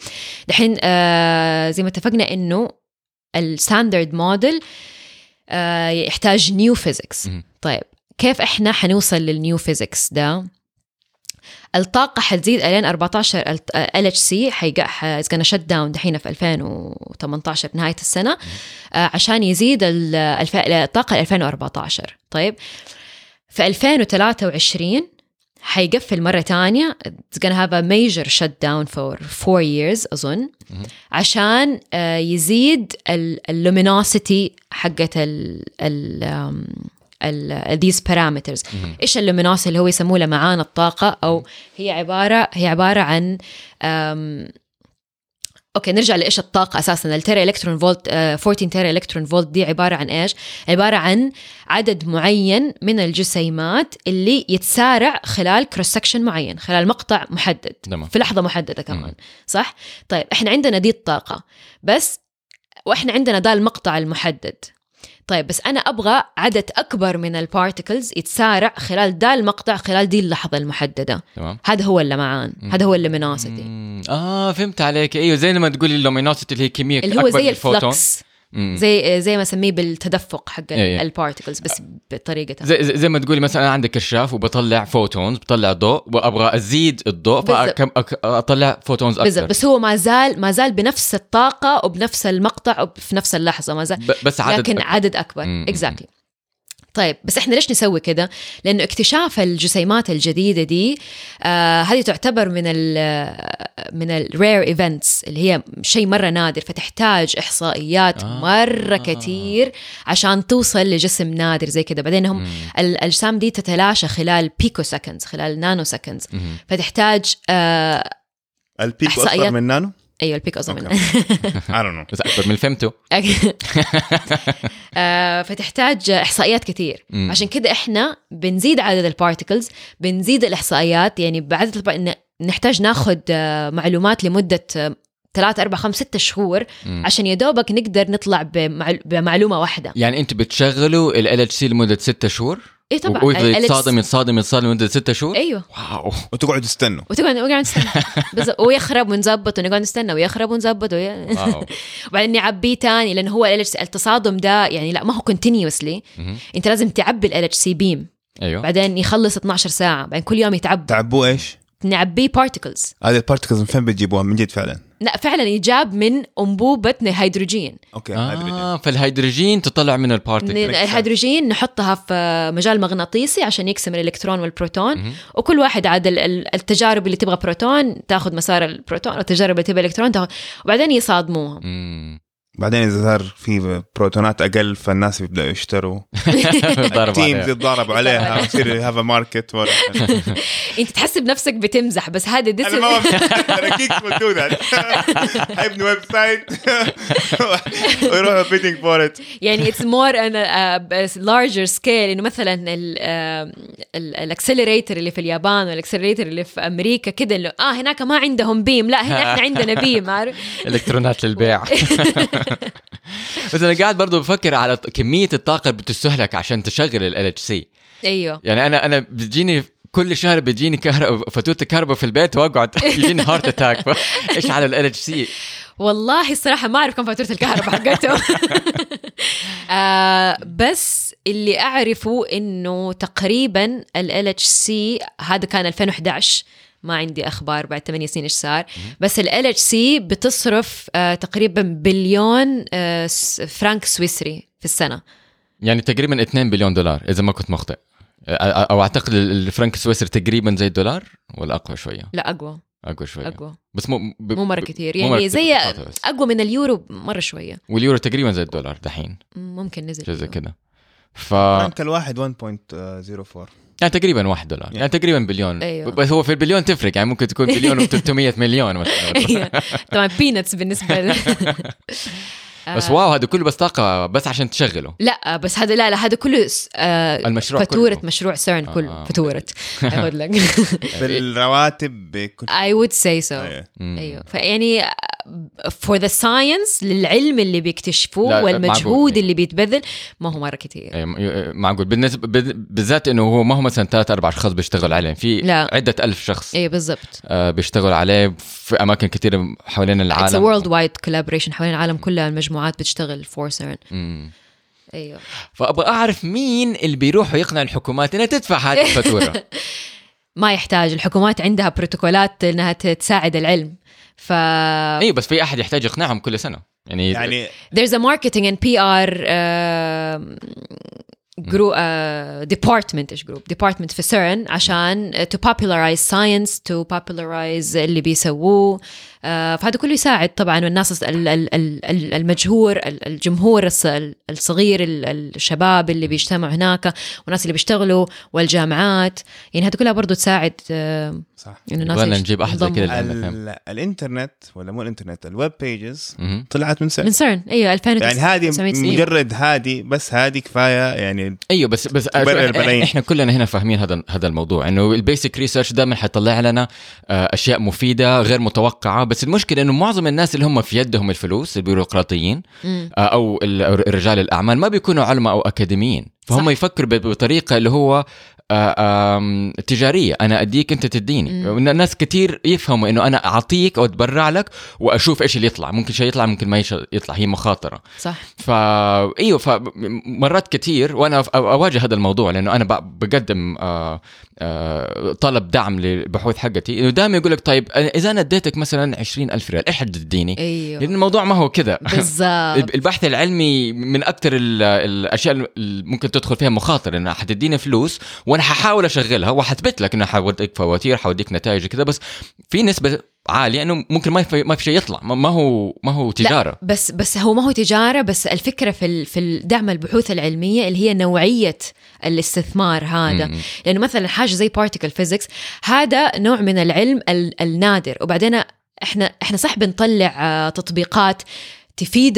دحين uh, زي ما اتفقنا انه الستاندرد موديل uh, يحتاج نيو فيزيكس مهم. طيب كيف احنا حنوصل للنيو فيزيكس ده الطاقة حتزيد الين 14 ال أه، اتش سي حيقع از شت داون دحين في 2018 بنهاية السنة آه، عشان يزيد ال- الف- الطاقة ل 2014 طيب في 2023 حيقفل مرة تانية it's gonna have a major shutdown for four years أظن مهم. عشان آه، يزيد ال- اللومينوسيتي حقت ال ال آم، ال- آه، these parameters مهم. ايش اللومينوسيتي اللي هو يسموه لمعان الطاقة او هي عبارة هي عبارة عن آم، اوكي نرجع لايش الطاقه اساسا التيرا الكترون فولت آه، 14 تيرا الكترون فولت دي عباره عن ايش عباره عن عدد معين من الجسيمات اللي يتسارع خلال كروس سكشن معين خلال مقطع محدد تمام في لحظه محدده مم. كمان صح طيب احنا عندنا دي الطاقه بس واحنا عندنا ده المقطع المحدد طيب بس انا ابغى عدد اكبر من البارتكلز يتسارع خلال ده المقطع خلال دي اللحظه المحدده تمام هذا هو اللمعان مم. هذا هو اللومينوسيتي مم. اه فهمت عليك ايوه زي لما تقولي اللومينوسيتي اللي هي كميه اللي هو أكبر زي من الفوتون. الفلكس مم. زي زي ما اسميه بالتدفق حق إيه. البارتكلز بس بطريقتها زي, زي زي ما تقولي مثلا انا عندي كشاف وبطلع فوتونز بطلع ضوء وابغى ازيد الضوء بالضبط. فاطلع فوتونز بالضبط اكثر بس هو ما زال ما زال بنفس الطاقه وبنفس المقطع وفي نفس اللحظه ما زال ب- بس عدد لكن أكبر. عدد اكبر مم. اكزاكتلي exactly. طيب بس احنا ليش نسوي كده؟ لانه اكتشاف الجسيمات الجديده دي آه هذه تعتبر من ال آه، من الرير ايفنتس اللي هي شيء مره نادر فتحتاج احصائيات آه. آه. مره كتير عشان توصل لجسم نادر زي كده بعدين هم مم. الاجسام دي تتلاشى خلال بيكو سكندز خلال نانو سكندز مهم. فتحتاج آه البيك اصغر إحصائيات. من نانو؟ ايوه البيك اظن أوكي. من- I don't know بس اكبر من اللي فهمته آه فتحتاج احصائيات كتير مم. عشان كده احنا بنزيد عدد البارتكلز بنزيد الاحصائيات يعني بعدد الب... ن- نحتاج ناخذ آه، معلومات لمده آه، ثلاثة أربعة خمسة ستة شهور مم. عشان يا دوبك نقدر نطلع بمعل... بمعلومة واحدة يعني انتم بتشغلوا ال اتش سي لمده ستة شهور إيه طبعا ويفضل ال- ال- يتصادم يتصادم يتصادم لمده ستة شهور أيوه واو وتقعدوا تستنوا وتقعد نقعد نستنى بالظبط ويخرب ونظبط ونقعد نستنى ويخرب ونظبط وي... واو وبعدين نعبيه تاني لأنه هو ال- التصادم ده يعني لا ما هو كونتينيوسلي مهم. أنت لازم تعبي ال اتش سي بيم ايوه بعدين يخلص 12 ساعة بعدين كل يوم يتعبى تعبوه ايش؟ نعبيه بارتكلز هذه البارتكلز من فين بتجيبوها من جد فعلا؟ لا فعلا يجاب من انبوبه هيدروجين اوكي هذه اه فالهيدروجين تطلع من البارتكل sense. الهيدروجين نحطها في مجال مغناطيسي عشان يقسم الالكترون والبروتون مهم. وكل واحد عاد ال- ال- التجارب اللي تبغى بروتون تاخذ مسار البروتون والتجارب اللي تبغى الكترون تاخذ وبعدين يصادموها مم. بعدين اذا صار في بروتونات اقل فالناس يبداوا يشتروا ضرب تيمز إيه. عليها. يتضاربوا عليها يصير هاف ماركت انت تحسب نفسك بتمزح بس هذا this انا is- ما ركيك دو ذات حيبني ويب سايت ويروحوا فيتنج فور ات يعني اتس مور ان لارجر سكيل انه مثلا الاكسلريتر اللي في اليابان والاكسلريتر اللي في امريكا كده اللي اه هناك ما عندهم بيم لا هنا احنا عندنا بيم عارف الكترونات للبيع بس انا قاعد برضو بفكر على ط- كميه الطاقه اللي بتستهلك عشان تشغل ال اتش سي ايوه يعني انا انا بتجيني كل شهر بتجيني كهرباء فاتوره كهرباء في البيت واقعد يجيني هارت اتاك ايش على ال اتش سي والله الصراحه ما اعرف كم فاتوره الكهرباء حقته آه بس اللي اعرفه انه تقريبا ال اتش سي هذا كان 2011 ما عندي اخبار بعد 8 سنين ايش صار بس ال اتش سي بتصرف آه تقريبا بليون آه س- فرانك سويسري في السنه يعني تقريبا 2 بليون دولار اذا ما كنت مخطئ أ- أ- او اعتقد ال- الفرنك السويسري تقريبا زي الدولار ولا اقوى شويه لا اقوى اقوى شويه اقوى بس مو ب... مو مره كثير مو مرة يعني زي بالضبط، بس. اقوى من اليورو مره شويه واليورو تقريبا زي الدولار دحين ممكن نزل شيء زي اليورو. كذا ف آه. فرانك الواحد 1.04 يعني تقريبا 1 دولار يعني تقريبا بليون أيوة. بس هو في البليون تفرق يعني ممكن تكون بليون و300 مليون مثلا طبعا بينتس بالنسبه ل... بس واو هذا كله بس طاقه بس عشان تشغله لا بس هذا لا لا هذا كله س- آه، المشروع فاتورة كله. مشروع سيرن آه، كله آه. فاتورة أقول لك إيه. بالرواتب بكل I would say so أيوة. مم. ايوه فيعني فور ذا ساينس للعلم اللي لا، بيكتشفوه لا، والمجهود معقول. اللي بيتبذل ما هو مره كثير إيه، م- إيه، معقول بالنسبه بال- بالذات انه هو ما هو مثلا ثلاث اربع اشخاص بيشتغل عليه في لا. عده الف شخص ايه بالضبط آه، بيشتغل عليه في اماكن كثيره حوالين اتس العالم وورلد وايد كولابوريشن حوالين العالم كلها المجموعات بتشتغل فور سيرن مم. ايوه فابغى اعرف مين اللي بيروح ويقنع الحكومات انها تدفع هذه الفاتوره ما يحتاج الحكومات عندها بروتوكولات انها ت- تساعد العلم ف ايوه بس في احد يحتاج يقنعهم كل سنه يعني يعني يعني there's a marketing and uh, PR Hmm. جرو uh, ديبارتمنت ايش جروب ديبارتمنت في سيرن عشان uh, to popularize science to popularize اللي بيسووه uh, فهذا كله يساعد طبعا والناس ال- ال- ال- ال- المجهور ال- الجمهور الص- ال- الصغير ال- الشباب اللي بيجتمعوا هناك والناس اللي بيشتغلوا والجامعات يعني هذه كلها برضو تساعد uh, انه صح الناس يبغالنا يش- نجيب أحد زي ينضموا. كده. ال- الانترنت ولا مو الانترنت الويب بيجز مهم. طلعت من من سنه سيرن ايوه 2009 يعني هذه 990. مجرد هذه بس هذه كفايه يعني ايوه بس بس برر البلايين. احنا كلنا هنا فاهمين هذا هذا الموضوع انه البيسك ريسيرش دائما حيطلع لنا آه، اشياء مفيده غير متوقعه بس المشكله انه معظم الناس اللي هم في يدهم الفلوس البيروقراطيين مم. آه، او ال- أو رجال الاعمال ما بيكونوا علماء او اكاديميين فهم صح. يفكروا ب- بطريقه اللي هو آه، آم، تجاريه انا اديك انت تديني مم. الناس كتير يفهموا انه انا اعطيك او اتبرع لك واشوف ايش اللي يطلع ممكن شيء يطلع ممكن ما يش- يطلع هي مخاطره صح فا ايوه فمرات كتير وانا أف- اواجه هذا الموضوع لانه انا ب- بقدم آه، آه، طلب دعم للبحوث حقتي انه دائما يقول لك طيب أنا- اذا انا اديتك مثلا 20 ألف ريال ايش حتديني؟ ايوه لان الموضوع ما هو كذا بالظبط البحث العلمي من اكثر ال- الاشياء اللي ممكن تدخل فيها مخاطر انها حتديني فلوس وانا ححاول اشغلها وحثبت لك انها حوديك فواتير حوديك نتائج كذا بس في نسبه عاليه انه ممكن ما في ما في شيء يطلع ما- ما هو ما هو تجاره بس بس هو ما هو تجاره بس الفكره في ال- في ال- دعم البحوث العلميه اللي هي نوعيه الاستثمار هذا مم. لانه مثلا حاجه زي بارتيكل فيزيكس هذا نوع من العلم ال- النادر وبعدين احنا احنا صح بنطلع آه، تطبيقات تفيد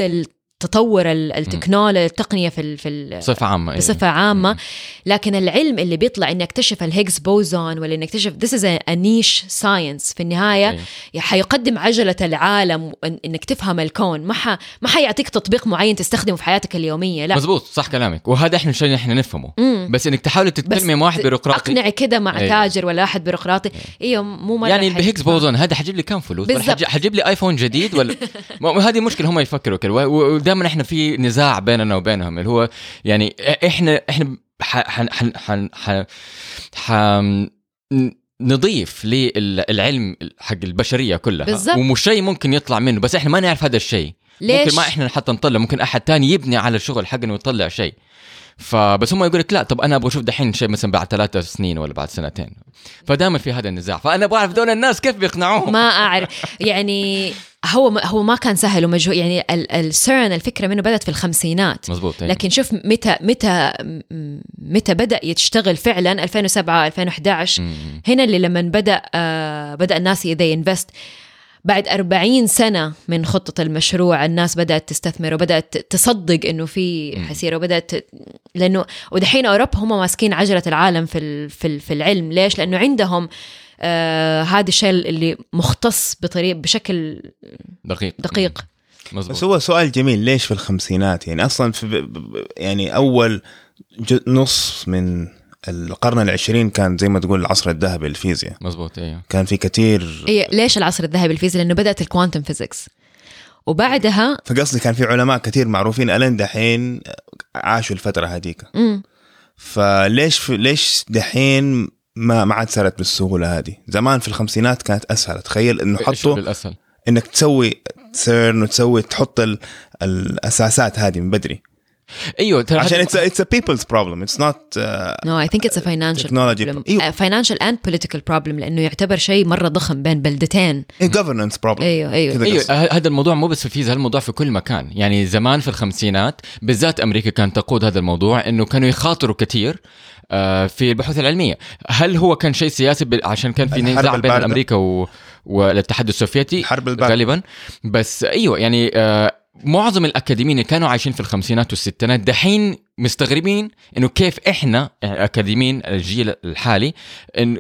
التطور ال- التكنولوجيا التقنيه في ال- في ال- بصفه عامه إيه. بصفة عامة لكن العلم اللي بيطلع اني اكتشف الهيجز بوزون ولا اني اكتشف this is a, a niche science في النهاية أيوة. حيقدم عجلة العالم إن- انك تفهم الكون ما ح... ما حيعطيك تطبيق معين تستخدمه في حياتك اليومية لا مزبوط صح كلامك وهذا احنا الشيء اللي احنا نفهمه مم. بس انك تحاول تتكلمي مع واحد بيروقراطي اقنعي كده مع أيوة. تاجر ولا احد بيروقراطي ايوه مو مرة يعني حد- الهيجز بوزون هذا حجيب لي كم فلوس ولا بالضبط. حجي- حجيب لي ايفون جديد ولا ما- ما هذه مشكله هم يفكروا كده ودائما احنا في نزاع بيننا وبينهم اللي هو يعني احنا احنا ح... ح... ح... ح... ح... ح... ن- نضيف للعلم حق البشريه كلها بالضبط. ومش شيء ممكن يطلع منه بس احنا ما نعرف هذا الشيء ليش ممكن ما احنا حتى نطلع ممكن احد تاني يبني على الشغل حقنا ويطلع شيء فبس هم يقول لك لا طب انا ابغى اشوف دحين شيء مثلا بعد ثلاثة سنين ولا بعد سنتين فدائما في هذا النزاع فانا بعرف دول الناس كيف بيقنعوهم ما اعرف يعني هو هو ما كان سهل ومجهول يعني ال- السيرن الفكره منه بدات في الخمسينات مزبوط أيوة. لكن شوف متى متى م- متى بدا يشتغل فعلا 2007 2011 مم. هنا اللي لما بدا آه بدا الناس يدي انفست بعد 40 سنة من خطة المشروع الناس بدأت تستثمر وبدأت تصدق إنه في مم. حسيرة وبدأت لأنه ودحين أوروبا هم ماسكين عجلة العالم في ال- في ال- في العلم ليش؟ لأنه عندهم آه هذا الشيء اللي مختص بطريق بشكل دقيق دقيق مم. مزبوط بس هو سؤال جميل ليش في الخمسينات يعني اصلا في ب- ب- يعني اول ج- نص من القرن العشرين كان زي ما تقول العصر الذهبي للفيزياء مزبوط ايوه كان في كثير إيه ليش العصر الذهبي الفيزياء؟ لأنه بدأت الكوانتم فيزيكس وبعدها فقصدي كان في علماء كثير معروفين الين دحين عاشوا الفتره هذيك مم. فليش في ليش دحين ما ما عاد صارت بالسهوله هذه زمان في الخمسينات كانت اسهل تخيل انه الشغل حطوا الاسهل انك تسوي سيرن وتسوي تحط ال- الاساسات هذه من بدري ايوه ترى عشان هذا- اتس اتس بيبلز بروبلم اتس نوت No, I think it's a financial Technology problem. pro- أيوه. Uh, financial and political problem لأنه يعتبر شيء مرة ضخم بين بلدتين. governance problem أيوه أيوه. كذا. ايوه قصدي. ه- هذا الموضوع مو بس في فيزا الموضوع في كل مكان يعني زمان في الخمسينات بالذات امريكا كانت تقود هذا الموضوع انه كانوا يخاطروا كثير آه، في البحوث العلميه هل هو كان شيء سياسي ب- عشان كان في الحرب نزاع بين الباردة. امريكا و... والاتحاد السوفيتي الحرب الباردة. غالبا بس ايوه أيوة، يعني آه، معظم الاكاديميين اللي كانوا عايشين في الخمسينات والستينات دحين مستغربين انه كيف احنا الاكاديميين الجيل الحالي إن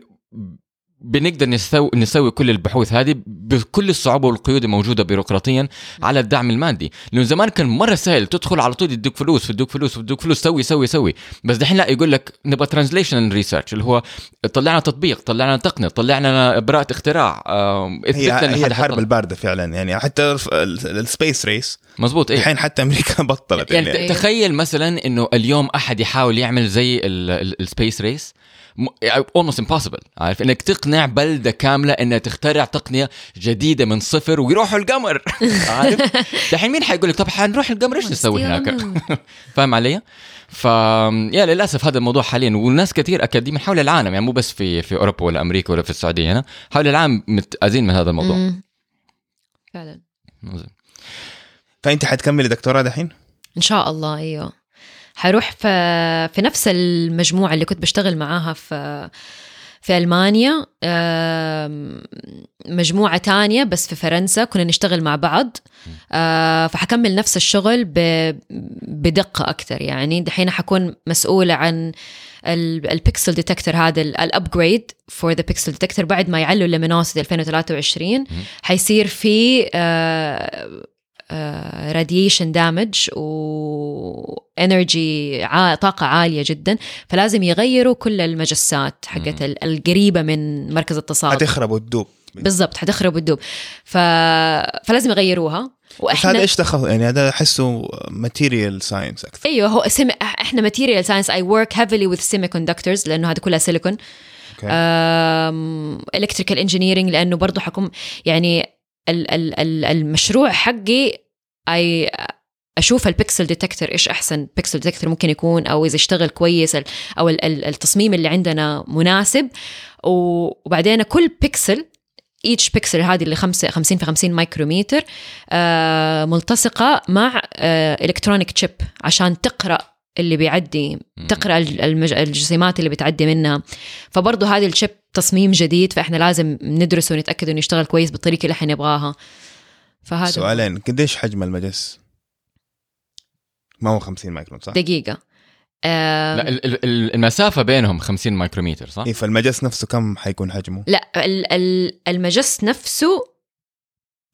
بنقدر نسوي نسوي كل البحوث هذه بكل الصعوبه والقيود الموجوده بيروقراطيا على الدعم المادي، لانه زمان كان مره سهل تدخل على طول تدق فلوس تدق فلوس تدق فلوس سوي سوي سوي، بس دحين لا يقول لك نبغى ترانزليشن ريسيرش اللي هو طلعنا تطبيق، طلعنا تقنيه، طلعنا براءة اختراع، آم، هي, إثبت لنا هي حد الحرب حطها. البارده فعلا يعني حتى السبيس ريس مزبوط ايه الحين حتى امريكا بطلت يعني يعني إيه. ت- تخيل مثلا انه اليوم احد يحاول يعمل زي السبيس ريس اولموست امبوسيبل عارف انك تقنع بلده كامله انها تخترع تقنيه جديده من صفر ويروحوا القمر عارف دحين مين حيقول لك طب حنروح القمر ايش نسوي هناك فاهم علي؟ ف يا للاسف هذا الموضوع حاليا وناس كثير اكاديميين حول العالم يعني مو بس في في اوروبا ولا امريكا ولا في السعوديه هنا حول العالم متاذين من هذا الموضوع مم. فعلا فانت حتكملي دكتوراه دحين؟ ان شاء الله ايوه حروح في في نفس المجموعه اللي كنت بشتغل معاها في في المانيا آم، مجموعه تانية بس في فرنسا كنا نشتغل مع بعض آه، فحكمل نفس الشغل ب- بدقه اكثر يعني دحين حكون مسؤوله عن ال- البيكسل ديتكتور هذا الابجريد فور ذا بيكسل ديتكتور بعد ما يعلوا اللومينوسيتي 2023 حيصير في آه، راديشن دامج و energy عا- طاقة عالية جدا فلازم يغيروا كل المجسات حقت ال- القريبة من مركز آه. التصادم حتخرب وتدوب بالضبط حتخرب وتدوب ف... فلازم يغيروها بس هذا ايش دخل يعني هذا احسه ماتيريال ساينس اكثر ايوه هو سم... احنا ماتيريال ساينس اي ورك هيفلي وذ سيمي كوندكتورز لانه هذه كلها سيليكون آه، اوكي الكتريكال انجينيرنج لانه برضه حكون يعني ال ال ال المشروع حقي اي اشوف البكسل ديتكتور ايش احسن بكسل ديتكتور ممكن يكون او اذا اشتغل كويس ال- او ال- ال- التصميم اللي عندنا مناسب و- وبعدين كل بكسل ايتش بكسل هذه اللي خمسة 50 في 50 مايكروميتر آه ملتصقه مع الكترونيك تشيب عشان تقرا اللي بيعدي تقرا ال- المج... الجسيمات اللي بتعدي منها فبرضه هذه الشيب تصميم جديد فاحنا لازم ندرسه ونتاكد انه يشتغل كويس بالطريقه اللي احنا نبغاها فهذا سؤالين قديش حجم المجس؟ ما هو 50 مايكرون صح؟ دقيقه آه لا ال- ال- ال- المسافه بينهم 50 مايكروميتر صح؟ إيه فالمجس نفسه كم حيكون حجمه؟ لا ال- ال- المجس نفسه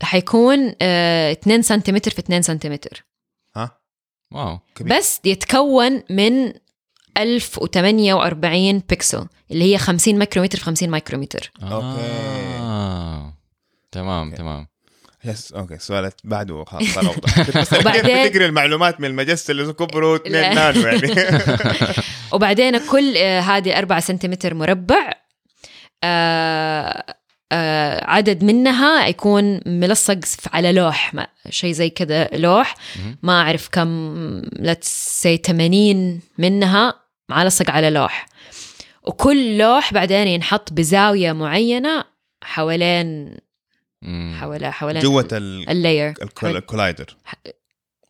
حيكون آه 2 سنتيمتر في 2 سنتيمتر ها؟ واو كبير. بس يتكون من 1048 بكسل اللي هي 50 مايكرومتر في 50 مايكرومتر اوكي آه. تمام أوكي. تمام يس اوكي السؤال بعده خلاص صار اوضح بس وبعدين- كيف بتقري المعلومات من المجس اللي كبره 2 لا. نانو يعني وبعدين كل آه، هذه 4 سنتيمتر مربع آه، آه، عدد منها يكون ملصق ف- على لوح ما- شيء زي كذا لوح مهم. ما اعرف كم let's say 80 منها معلصق على لوح وكل لوح بعدين ينحط بزاويه معينه حوالين مم. حوالي حوالين جوة ال- اللاير الكول- الكولايدر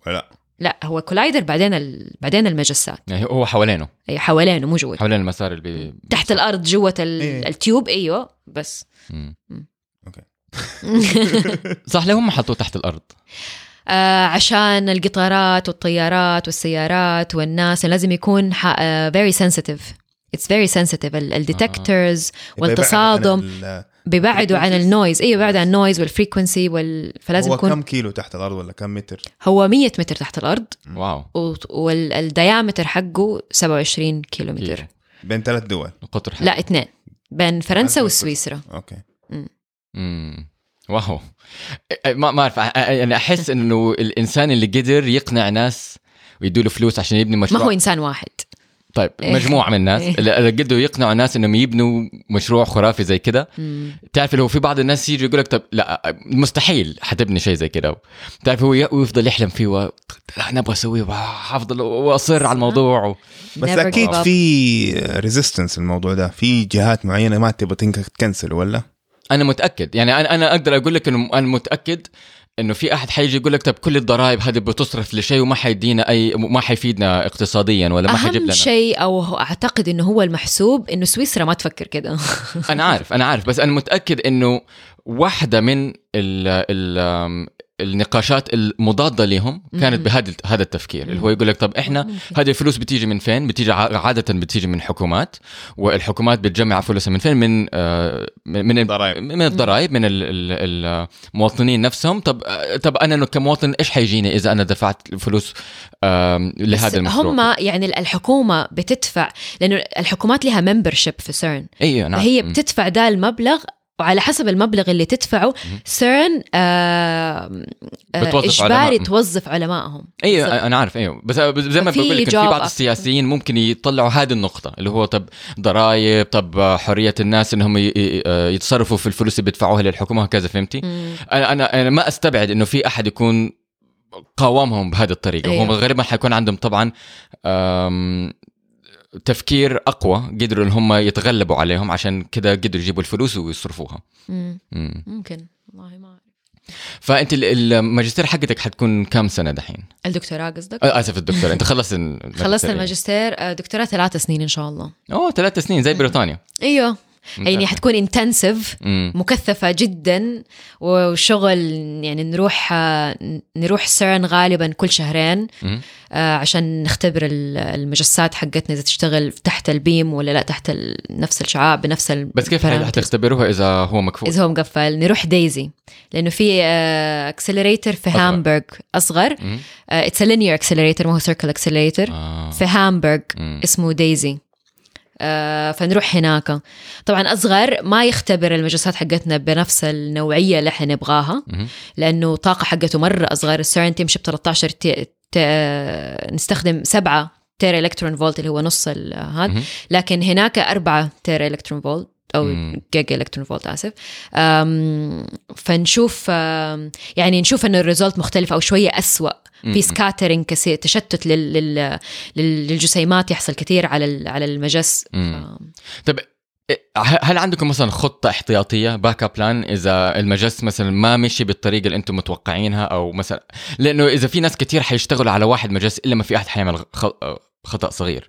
ولا لا هو كولايدر بعدين ال... بعدين المجسات يعني هو حوالينه أي حوالينه مو جوا حوالين المسار اللي بي... تحت الارض جوة ال... إيه. التيوب ايوه بس مم. اوكي صح ليه هم حطوه تحت الارض آه، عشان القطارات والطيارات والسيارات والناس لازم يكون ح... آه، very sensitive it's very sensitive آه. ال- الديتكتورز والتصادم. بيبعدوا عن frequencies. النويز ايوه بيبعدوا عن النويز والفريكونسي وال... فلازم لازم هو يكون كم كيلو تحت الارض ولا كم متر؟ هو 100 متر تحت الارض واو والديامتر حقه 27 كيلومتر إيه. بين ثلاث دول القطر حق لا اثنين بين فرنسا فرنسا وسويسرا اوكي مم. واو أ- ما ما اعرف أ- أ- يعني احس انه الانسان اللي قدر يقنع ناس ويدوا له فلوس عشان يبني ما مشروع هو انسان واحد طيب إيه. مجموعه من الناس إيه. اللي اللي قدروا يقنعوا الناس انهم يبنوا مشروع خرافي زي كده مم. تعرف اللي هو في بعض الناس يجي يقول لك طب لا مستحيل حتبني شيء زي كده تعرف هو ي- ويفضل يحلم فيه و... لا انا ابغى اسويه وافضل واصر على الموضوع و... بس Never اكيد give up. في ريزيستنس الموضوع ده في جهات معينه ما تبغى تنك- تكنسل ولا انا متاكد يعني انا انا اقدر اقول لك انه انا متاكد انه في احد حيجي يقول لك طب كل الضرائب هذه بتصرف لشيء وما حيدينا اي ما حيفيدنا اقتصاديا ولا ما حيجيب اهم لنا شيء او هو- اعتقد انه هو المحسوب انه سويسرا ما تفكر كده انا عارف انا عارف بس انا متاكد انه واحده من ال ال النقاشات المضاده لهم مم. كانت بهذا هذا التفكير اللي هو يقول لك طب احنا هذه الفلوس بتيجي من فين؟ بتيجي ع- عادة بتيجي من حكومات والحكومات بتجمع فلوسها من فين؟ من آه، من من ضرائب. من الضرائب من ال- ال- المواطنين نفسهم طب آه، طب انا كمواطن ايش حيجيني اذا انا دفعت فلوس آم، لهذا المشروع؟ هم يعني الحكومه بتدفع لانه الحكومات لها ممبرشيب في سيرن ايوه نعم فهي م. بتدفع ده المبلغ وعلى حسب المبلغ اللي تدفعه سيرن آه آه بتوظف اجباري علماء. توظف علمائهم بالضبط. ايوه انا عارف ايوه بس بس زي ما ففي بقول لك في جواب بعض أكتر. السياسيين ممكن يطلعوا هذه النقطه اللي هو طب ضرائب طب حريه الناس انهم ي- ي- آه، يتصرفوا في الفلوس اللي بيدفعوها للحكومه هكذا فهمتي؟ مم. انا انا انا ما استبعد انه في احد يكون قاومهم بهذه الطريقه أيوه. وهم غالبا حيكون عندهم طبعا أم، تفكير اقوى قدروا ان هم يتغلبوا عليهم عشان كده قدروا يجيبوا الفلوس ويصرفوها مم. مم. ممكن والله ما أعرف. فانت ال- الماجستير حقتك حتكون كم سنه دحين الدكتوراه قصدك آه، اسف الدكتور انت خلصت الماجستير خلصت يعني. الماجستير آه، دكتوراه ثلاث سنين ان شاء الله اوه ثلاث سنين زي بريطانيا ايوه يعني ممتاز. حتكون انتنسيف مم. مكثفة جدا وشغل يعني نروح نروح سيرن غالبا كل شهرين مم. آه، عشان نختبر ال- المجسات حقتنا اذا تشتغل تحت البيم ولا لا تحت ال- نفس الشعاع بنفس ال بس كيف parameters. حتختبروها اذا هو مكفول اذا هو مقفل نروح دايزي لانه في اكسلريتر في آه، أصغر. هامبورغ اصغر مم. اتس لينير اكسلريتر ما هو سيركل اكسلريتر آه. في هامبورغ مم. اسمه دايزي آه، فنروح هناك طبعا اصغر ما يختبر المجلسات حقتنا بنفس النوعيه اللي احنا نبغاها مم. لانه الطاقه حقته مره اصغر السيرن تمشي ب 13 تي... ت... نستخدم 7 تيرا الكترون فولت اللي هو نص ال- هذا مهم. لكن هناك 4 تيرا الكترون فولت او مم. جيجا الكترون فولت اسف أم... فنشوف أم... يعني نشوف انه الريزولت مختلف او شويه أسوأ في مم. سكاترينج كثير تشتت لل... لل... لل... للجسيمات يحصل كثير على ال... على المجس آه، مم. أم، طب إيه، ه- هل عندكم مثلا خطه احتياطيه باك اب بلان اذا المجلس مثلا ما مشي بالطريقه اللي انتم متوقعينها او مثلا لانه اذا في ناس كتير حيشتغلوا على واحد مجلس الا ما في احد حيعمل خ- خطا صغير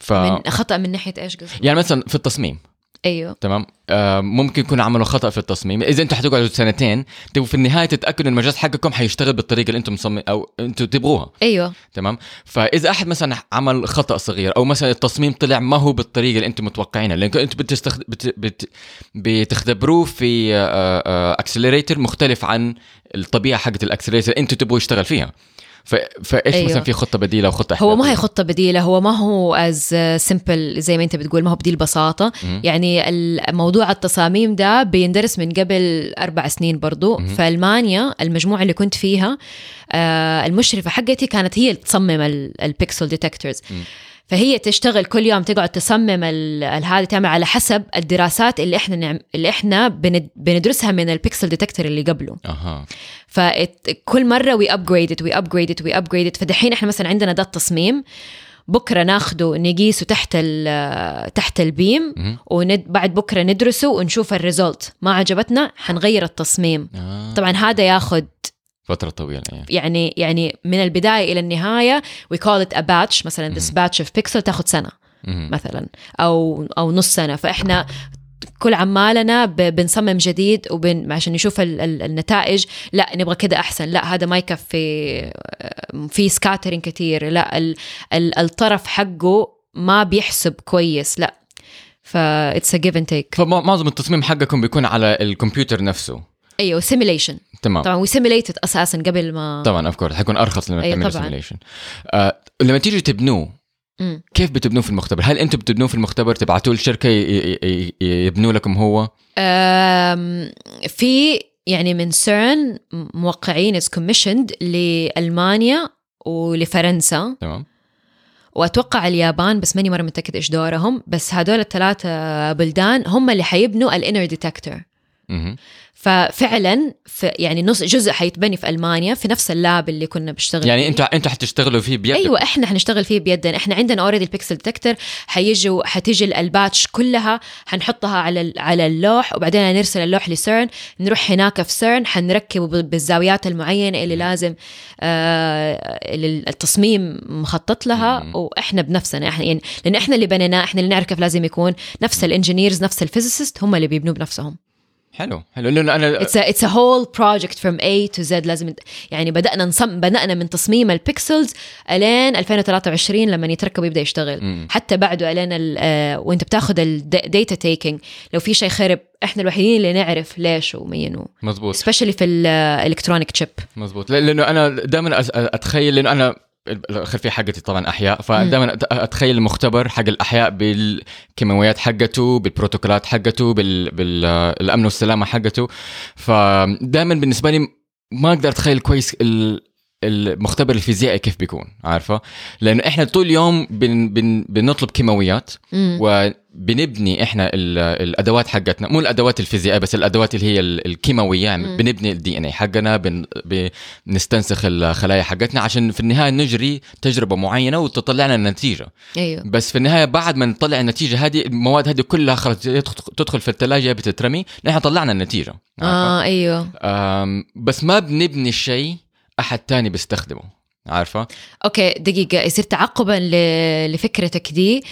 ف من خطا من ناحيه ايش قصدك؟ يعني مثلا في التصميم ايوه تمام آه ممكن يكونوا عملوا خطا في التصميم اذا انتم حتقعدوا سنتين تبغوا في النهايه تتاكدوا ان المجلس حقكم حيشتغل بالطريقه اللي انتم مصمم او انتم تبغوها ايوه تمام فاذا احد مثلا عمل خطا صغير او مثلا التصميم طلع ما هو بالطريقه اللي انتم متوقعينها لان انتم بتستخد... بت... بت... بتختبروه في آه، اكسلريتر مختلف عن الطبيعه حقت الاكسلريتر اللي انتم تبغوا يشتغل فيها ف... فايش أيوه. أيوه. مثلا في خطه بديله او خطه هو ما هي احتياطية؟ خطه بديله هو ما هو از سمبل زي ما انت بتقول ما هو بديل البساطه مم. يعني الموضوع التصاميم ده بيندرس من قبل اربع سنين برضو مهم. في المانيا المجموعه اللي كنت فيها آه، المشرفه حقتي كانت هي اللي تصمم ال- البيكسل ديتكتورز مم. فهي تشتغل كل يوم تقعد تصمم ال- ال- هذا تعمل على حسب الدراسات اللي احنا نعم اللي احنا بند- بندرسها من البيكسل ديتكتور اللي قبله اها فكل مره وي ابجريد وي ابجريد وي ابجريد فدحين احنا مثلا عندنا ده التصميم بكره ناخده نقيسه تحت ال- تحت البيم مهم. وبعد بكره ندرسه ونشوف الريزولت ما عجبتنا حنغير التصميم آه. طبعا هذا ياخد فتره طويله يعني يعني يعني من البدايه الى النهايه وي كول ات باتش مثلا this batch of pixel تاخذ سنه مهم. مثلا او او نص سنه فاحنا كل عمالنا ب- بنصمم جديد وبن عشان نشوف ال- ال- النتائج لا نبغى كده احسن لا هذا ما يكفي آه، في سكاترين كتير لا ال ال الطرف حقه ما بيحسب كويس لا ف اتس ا جيف اند تيك فمعظم التصميم حقكم بيكون على الكمبيوتر نفسه ايوه سيميليشن تمام طبعا وي سيميليتد اساسا قبل ما طبعا اوف كورس حيكون ارخص لما أيوة تعملوا طبعاً. سيميليشن آه لما تيجوا تبنوه مم. كيف بتبنوه في المختبر؟ هل انتم بتبنوه في المختبر تبعتوه لشركه ي- ي- ي- يبنوا لكم هو؟ أم، في يعني من سيرن موقعين از كوميشند لالمانيا ولفرنسا تمام؟ واتوقع اليابان بس ماني مره متاكد ايش دورهم بس هدول الثلاثه بلدان هم اللي حيبنوا الانر ديتكتور مهم. ففعلا في يعني نص جزء حيتبني في المانيا في نفس اللاب اللي كنا بنشتغل يعني فيه. انتوا انتوا حتشتغلوا فيه بيدك ايوه احنا حنشتغل فيه بيدنا احنا عندنا اوريدي البيكسل ديتكتور حيجوا حتيجي ال- الباتش كلها حنحطها على ال- على اللوح وبعدين نرسل اللوح لسيرن نروح هناك في سيرن حنركبه ب- بالزاويات المعينه اللي لازم آه اللي التصميم مخطط لها مم. واحنا بنفسنا احنا يعني لان احنا اللي بنيناه احنا اللي نعرف كيف لازم يكون نفس الانجينيرز نفس الفيزيست هم اللي بيبنوا بنفسهم حلو حلو لانه انا اتس اتس ا هول بروجكت فروم A تو Z لازم نت- يعني بدانا نصم بدانا من تصميم البيكسلز الين 2023 لما يتركب ويبدا يشتغل مم. حتى بعده الين ال- آه، وانت بتاخذ الداتا تيكينج لو في شيء خرب احنا الوحيدين اللي نعرف ليش ومين مزبوط سبيشلي في آه، الالكترونيك تشيب مزبوط ل- لانه انا دائما اتخيل لانه انا ال- الخلفيه حقتي طبعا احياء فدائما اتخيل المختبر حق الاحياء بالكيماويات حقته بالبروتوكولات حقته بالامن والسلامه حقته فدائما بالنسبه لي ما اقدر اتخيل كويس ال- المختبر الفيزيائي كيف بيكون عارفه لانه احنا طول اليوم بن بن بنطلب كيماويات وبنبني احنا ال- الادوات حقتنا مو الادوات الفيزيائيه بس الادوات اللي هي ال- الكيماويه يعني مم. بنبني الدي ان اي حقنا بن بنستنسخ الخلايا حقتنا عشان في النهايه نجري تجربه معينه وتطلع لنا نتيجه ايوه بس في النهايه بعد ما نطلع النتيجه هذه المواد هذه كلها خلاص تدخل- تدخل في الثلاجه بتترمي نحن طلعنا النتيجه عارفة؟ اه ايوه أم، بس ما بنبني الشيء احد تاني بيستخدمه عارفه اوكي دقيقة يصير تعقبا ل- لفكرتك دي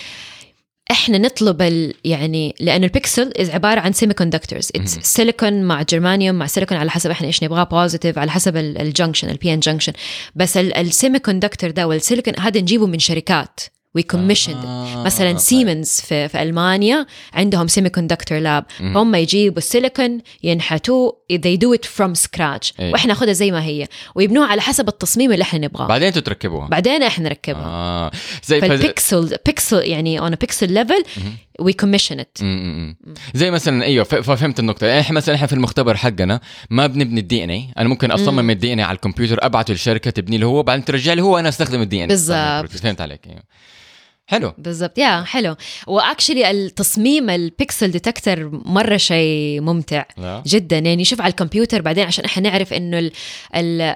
احنا نطلب ال... يعني لانه البيكسل is عبارة عن سيمي كوندكتورز اتس مهم. سيليكون مع جرمانيوم مع سيليكون على حسب احنا ايش نبغاه بوزيتيف على حسب الجنكشن البي ان جنكشن بس السيمي كوندكتور ده والسيليكون هذا نجيبه من شركات وي كوميشند آه، مثلا طيب. سيمنز في, في المانيا عندهم سيمي كوندكتور لاب مهم. هم يجيبوا السيليكون ينحتوه they do it from scratch أي. واحنا ناخذها زي ما هي ويبنوها على حسب التصميم اللي احنا نبغاه بعدين انتوا تركبوها بعدين احنا نركبها اه زي فز- فالبيكسل بيكسل يعني اون بيكسل ليفل مهم. وي كوميشن ات م- م- م. زي مثلا ايوه ف- ففهمت النقطه يعني احنا مثلا احنا في المختبر حقنا ما بنبني الدي ان اي انا ممكن اصمم الدي ان اي على الكمبيوتر ابعته للشركه تبني له هو بعدين ترجع لي هو انا استخدم الدي ان اي بالظبط. فهمت عليك ايوه حلو بالضبط يا حلو واكشلي التصميم البيكسل ديتكتر مره شيء ممتع لا جدا يعني شوف على الكمبيوتر بعدين عشان احنا نعرف انه ال... ال...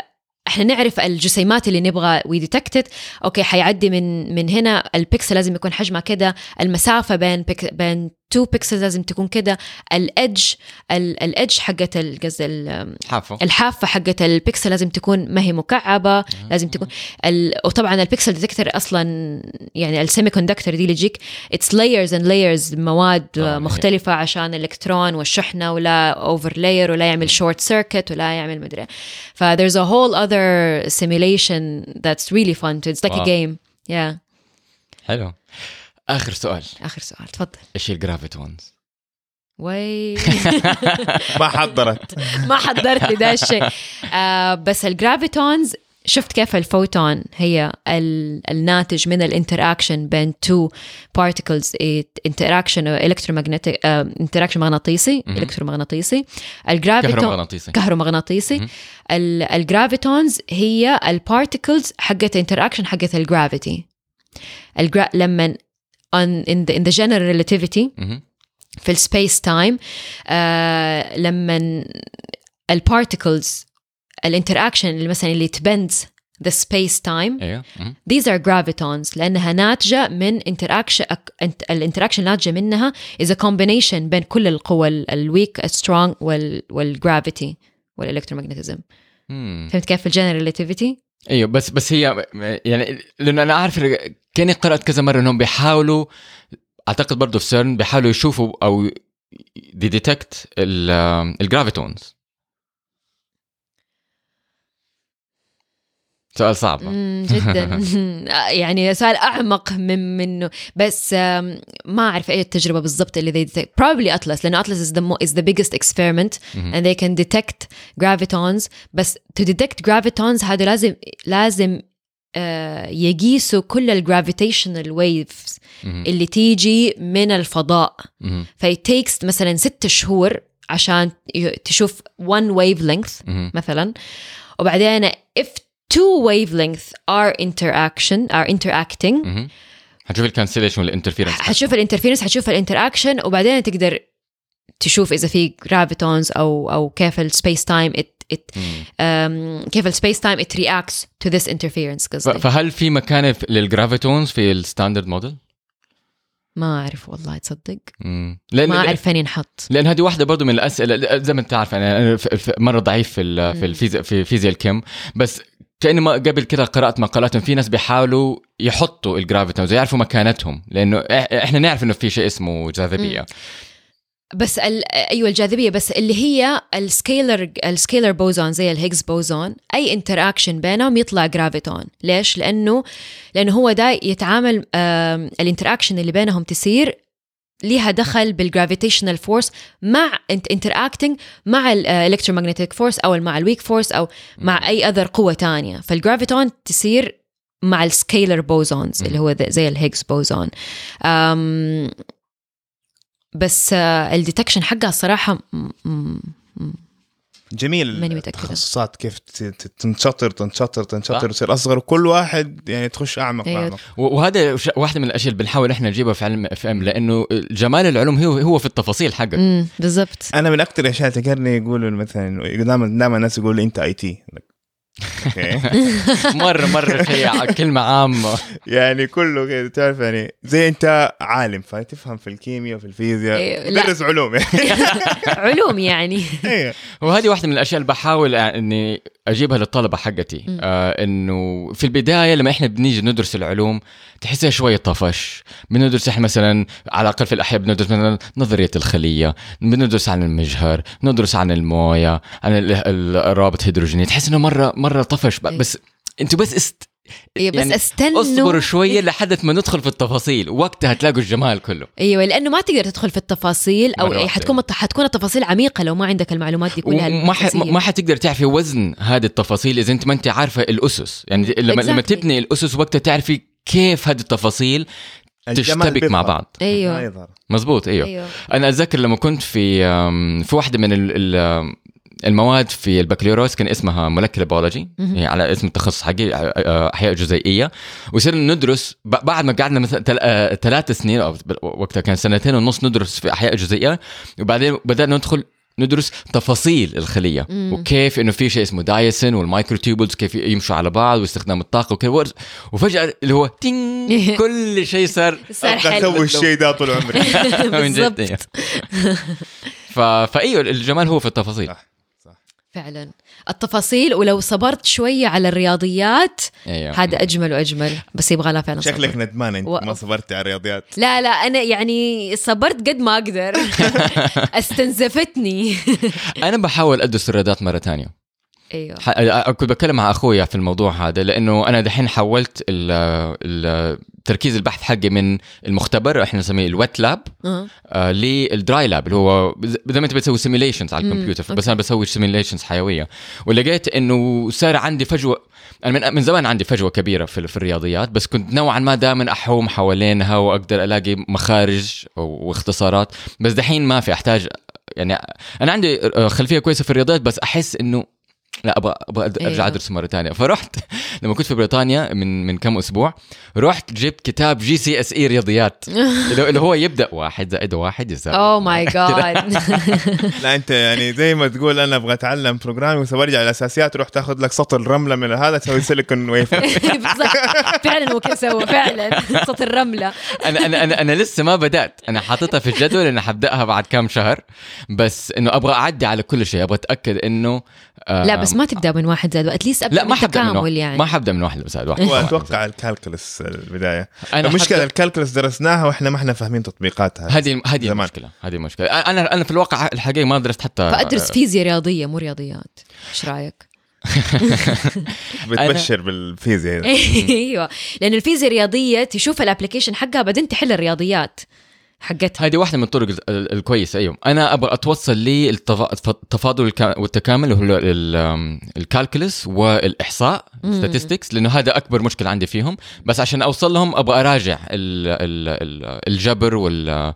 احنا نعرف الجسيمات اللي نبغى ويديتكتد اوكي حيعدي من من هنا البيكسل لازم يكون حجمها كده المسافه بين بيك... بين تو بيكسل لازم تكون كده الادج الادج حقت ال- قصدي ال- حافه الحافه حقت البكسل لازم تكون ما هي مكعبه لازم تكون ال... وطبعا البكسل ديتكتر اصلا يعني السيمي كوندكتر دي اللي تجيك اتس لايرز اند لايرز مواد طبعاً. مختلفه عشان الالكترون والشحنه ولا اوفر لاير ولا يعمل شورت سيركت ولا يعمل مدري ف there's a whole other simulation that's really fun too. it's like واو. a game yeah حلو اخر سؤال اخر سؤال تفضل ايش هي الجرافيتونز؟ وي ما حضرت ما حضرت لده الشيء آه بس الجرافيتونز شفت كيف الفوتون هي ال- الناتج من الانتراكشن بين إيه، تو بارتيكلز انتراكشن الكترومغناطيسي انتراكشن آه، مغناطيسي مهم. الكترومغناطيسي الجرافيتون كهرومغناطيسي كهرومغناطيسي مهم. ال- الجرافيتونز هي البارتيكلز حقت انتراكشن حقت الجرافيتي الجرا لما on in the in the general relativity مهم. في السبيس تايم آه لما البارتكلز الانتراكشن اللي مثلا اللي تبندز ذا سبيس تايم ايوه مهم. these are gravitons لانها ناتجه من interaction الانتراكشن ناتجه منها is a combination بين كل القوى ال- الويك السترونج وال والجرافيتي والالكترومغناطيزم مم. فهمت كيف الجنرال ريلاتيفيتي ايوه بس بس هي يعني لانه انا اعرف كاني قرات كذا مره انهم بيحاولوا اعتقد برضه في سيرن بيحاولوا يشوفوا او ديتكت الجرافيتونز سؤال صعب جدا يعني سؤال اعمق من منه بس آم، ما اعرف اي التجربه بالضبط اللي they detect probably atlas لانه atlas is the mo- is the biggest experiment مهم. and they can detect gravitons بس to detect gravitons هذا لازم لازم آه، يقيسوا كل الجرافيتيشنال ويفز مهم. اللي تيجي من الفضاء مهم. فيتيكس مثلا ست شهور عشان ي- تشوف one wavelength مهم. مثلا وبعدين if two wavelengths are interaction are interacting مهم. هنشوف الكانسليشن والانترفيرنس حتشوف الانترفيرنس حتشوف الانتراكشن وبعدين تقدر تشوف اذا في جرافيتونز او او كيف السبيس تايم كيف السبيس تايم ات رياكتس تو ذس انترفيرنس قصدي فهل في مكان في- للجرافيتونز في الستاندرد موديل؟ ما اعرف والله تصدق مم. لأن- ما اعرف فين ينحط لان هذه واحده برضو من الاسئله زي ما انت عارف يعني انا ف- ف- مره ضعيف في ال- مم. في الفيزياء في فيزياء الكم بس كاني ما قبل كده قرات مقالات في ناس بيحاولوا يحطوا الجرافيتونز يعرفوا مكانتهم لانه إح- احنا نعرف انه في شيء اسمه جاذبيه بس ال... ايوه الجاذبيه بس اللي هي السكيلر السكيلر بوزون زي الهيجز بوزون اي انتراكشن بينهم يطلع جرافيتون ليش لانه لانه هو ده يتعامل الانتراكشن اللي بينهم تسير ليها دخل بالجرافيتيشنال فورس مع انت انتراكتنج مع الالكترومagnetic فورس او مع الويك فورس او مع اي اذر قوه تانية فالجرافيتون تسير مع السكيلر بوزونز اللي هو زي الهيجز بوزون أم بس الديتكشن حقها الصراحه م- م- م- جميل ماني متأكدة. التخصصات كيف ت- ت- تنشطر تنشطر تنشطر تصير اصغر وكل واحد يعني تخش اعمق أيوة. اعمق و- وهذا ش- واحده من الاشياء اللي بنحاول احنا نجيبها في علم اف ام لانه جمال العلوم هو هو في التفاصيل حقه مم، بالضبط انا من اكثر الاشياء اللي تذكرني يقولوا مثلا دائما دائما الناس يقولوا لي انت اي تي مره مره شيء ع- كلمه عامه يعني كله كده تعرف يعني زي انت عالم فتفهم في الكيمياء وفي الفيزياء إيه، لا. درس علوم يعني علوم يعني إيه. وهذه واحده من الاشياء اللي بحاول اني اجيبها للطلبه حقتي مم. آه انه في البدايه لما احنا بنيجي ندرس العلوم تحسها شويه طفش بندرس احنا مثلا على الاقل في الاحياء بندرس مثلا نظريه الخليه بندرس عن المجهر ندرس عن المويه عن ال- ال- الروابط الهيدروجينيه تحس انه مره مره طفش ب- إيه. بس انتوا بس است... إيه، بس يعني استنوا اصبروا إيه. شويه لحد ما ندخل في التفاصيل وقتها تلاقوا الجمال كله ايوه لانه ما تقدر تدخل في التفاصيل او مرة واحدة. إيه، حتكون حتكون التفاصيل عميقه لو ما عندك المعلومات دي كلها أيوة. وما ح... الأساسية. ما حتقدر تعرفي وزن هذه التفاصيل اذا انت ما انت عارفه الاسس يعني لما لما Exactly. تبني الاسس وقتها تعرفي كيف هذه التفاصيل الجمال تشتبك مع بيظهر. بعض ما ايوه يظهر مزبوط ايوه ايوه انا اتذكر لما كنت في أم، في واحده من ال- ال- المواد في البكالوريوس كان اسمها مولكيولر بيولوجي مهم. هي على اسم التخصص حقي آه، أ- أ- احياء جزيئيه وصرنا ندرس ب- بعد ما قعدنا مثلا تل- آه، ثلاث سنين او بال- وقتها كان سنتين ونص ندرس في احياء جزيئيه وبعدين بدانا ندخل ندرس تفاصيل الخليه مم. وكيف انه في شيء اسمه دايسن والمايكروتيوبلز كيف يمشوا على بعض واستخدام الطاقه وكذا وفجاه اللي هو تين كل شيء صار صار ابغى حلو اسوي الشيء ده طول عمري من جد، بالضبط إيه. ف... فايوه الجمال هو في التفاصيل صح. فعلا التفاصيل ولو صبرت شويه على الرياضيات ايوه هذا اجمل واجمل بس يبغى لها فعلا صبر. شكلك ندمان انت وقف. ما صبرت على الرياضيات لا لا انا يعني صبرت قد ما اقدر استنزفتني انا بحاول ادرس الرياضات مره ثانيه ايوه ح... أ- كنت بتكلم مع اخويا في الموضوع هذا لانه انا دحين حولت ال... ال... تركيز البحث حقي من المختبر احنا نسميه الويت لاب أه. آه، للدراي لاب اللي هو ز- زي ما انت بتسوي سيميليشنز على مم، الكمبيوتر بس انا بسوي سيميليشنز حيويه ولقيت انه صار عندي فجوه انا من, من زمان عندي فجوه كبيره في, ال- في الرياضيات بس كنت نوعا ما دائما احوم حوالينها واقدر الاقي مخارج و- واختصارات بس دحين ما في احتاج يعني انا عندي آه، خلفيه كويسه في الرياضيات بس احس انه لا ابغى ابغى أد- ارجع أيوه. ادرس مره ثانيه فرحت لما كنت في بريطانيا من من كم اسبوع رحت جبت كتاب جي سي اس اي E رياضيات اللي اللي هو يبدا واحد زائد واحد يساوي اوه ماي جاد لا انت يعني زي ما تقول انا ابغى اتعلم بروجرامينج بس برجع الاساسيات تروح تاخذ لك سطر رمله من هذا تسوي سيليكون ويف بالضبط. فعلا هو كيف سوى فعلا صوت الرمله انا انا انا انا لسه ما بدات انا حاططها في الجدول انا حبداها بعد كام شهر بس انه ابغى اعدي على كل شيء ابغى اتاكد انه آه، لا بس ما تبدا من واحد زائد واحد اتليست ابدا لا ما حبدا من واحد بالتكامل يعني. ما يعني حبدا من واحد زائد واحد واتوقع الكالكلس البدايه انا المشكله مشكله الكالكلس درسناها واحنا ما احنا فاهمين تطبيقاتها هذه هذه زمان. المشكله هذه المشكله انا انا في الواقع الحقيقي ما درست حتى فادرس فيزياء رياضيه مو رياضيات ايش رايك؟ بتبشر بالفيزياء ايوه لان الفيزياء الرياضيه تشوف الابلكيشن حقها بعدين تحل الرياضيات حقتها هذه واحدة من الطرق ال- ال- الكويسة أيوة أنا أبغى أتوصل للتفاضل الكا- والتكامل اللي هو الكالكولس والإحصاء مم. statistics لأنه هذا أكبر مشكلة عندي فيهم بس عشان أوصل لهم أبغى أراجع ال ال ال الجبر وال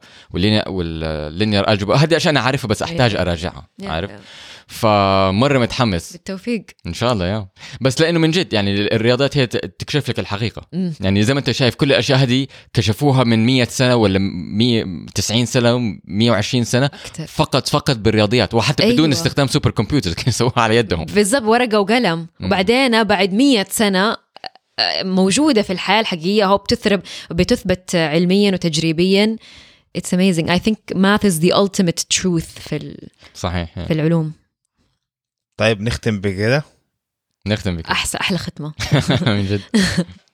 واللينير ألجبر هذه عشان أعرفها بس أحتاج أيوة. أراجعها يا- عارف يا. فمرة متحمس بالتوفيق ان شاء الله يا بس لانه من جد يعني الرياضات هي ت- تكشف لك الحقيقه مم. يعني زي ما انت شايف كل الاشياء هذه كشفوها من 100 سنه ولا 100 90 سنه 120 سنه اكتر فقط فقط بالرياضيات وحتى أيوة. بدون أيوة. استخدام سوبر كمبيوترز كانوا يسووها على يدهم بالضبط ورقه وقلم مم. وبعدين بعد مية سنه آه، موجوده في الحياه الحقيقيه هو بتثرب بتثبت علميا وتجريبيا It's amazing. I think math is the ultimate truth في, ال... صحيح في العلوم. طيب نختم بكذا نختم بك أحسن أحلى ختمة. من جد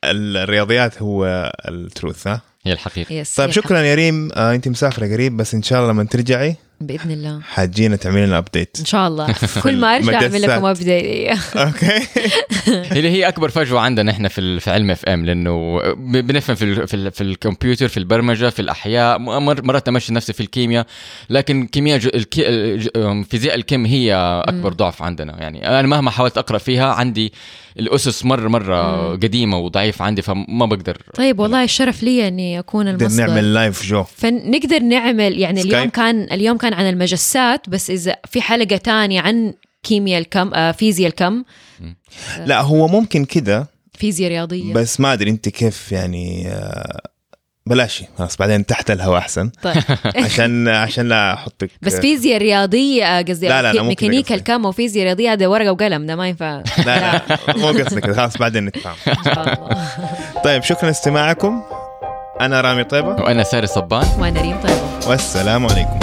الرياضيات هو التروث ها هي الحقيقه Yes. طيب يا شكرا يا ريم آه انت مسافره قريب بس ان شاء الله لما ترجعي باذن الله حتجينا تعملي لنا ابديت ان شاء الله كل ما ارجع اعمل لكم المدسات. ابديت اوكي اللي هي اكبر فجوه عندنا احنا في ال- في علم اف ام لانه ب- بنفهم في ال- في, ال- في الكمبيوتر في البرمجه في الاحياء م- مر- مرات نمشي نفسي في الكيمياء لكن كيمياء جو- الكي- الج- أم، فيزياء الكيم هي اكبر مم. ضعف عندنا يعني انا مهما حاولت اقرا فيها عندي الاسس مره مره مم. قديمه وضعيفه عندي فما بقدر طيب والله الشرف لي اني اكون بدنا المصدر نعمل لايف جو فنقدر نعمل يعني اليوم سكايب. كان اليوم كان عن المجسات بس اذا في حلقه تانية عن كيمياء الكم آه فيزياء الكم آه. لا هو ممكن كده فيزياء رياضيه بس ما ادري انت كيف يعني آه، بلاشي خلاص بعدين تحت الهواء احسن طيب. عشان عشان لا احطك بس فيزياء رياضيه قصدي لا، لا، لا، ممكن ميكانيكا أقصد. الكم وفيزياء رياضيه هذا ورقه وقلم ده ما ينفع لا لا مو قصدك كده، خلاص بعدين نتفاهم إن شاء الله. طيب شكرا لاستماعكم انا رامي طيبه وانا ساري صبان وانا ريم طيبه والسلام عليكم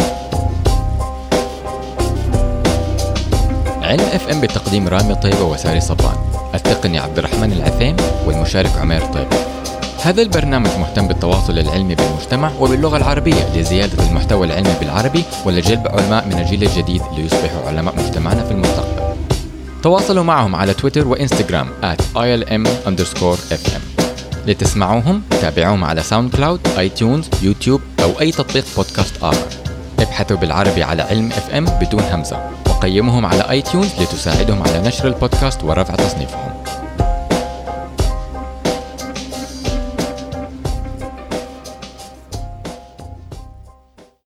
علم اف ام بتقديم رامي طيبه وساري صبان التقني عبد الرحمن العثيم والمشارك عمير طيبه هذا البرنامج مهتم بالتواصل العلمي بالمجتمع وباللغه العربيه لزياده المحتوى العلمي بالعربي ولجلب علماء من الجيل الجديد ليصبحوا علماء مجتمعنا في المستقبل تواصلوا معهم على تويتر وانستغرام at ilm underscore fm لتسمعوهم تابعوهم على ساوند كلاود اي تيونز يوتيوب او اي تطبيق بودكاست اخر ابحثوا بالعربي على علم اف ام بدون همزه وقيمهم على اي تيونز لتساعدهم على نشر البودكاست ورفع تصنيفهم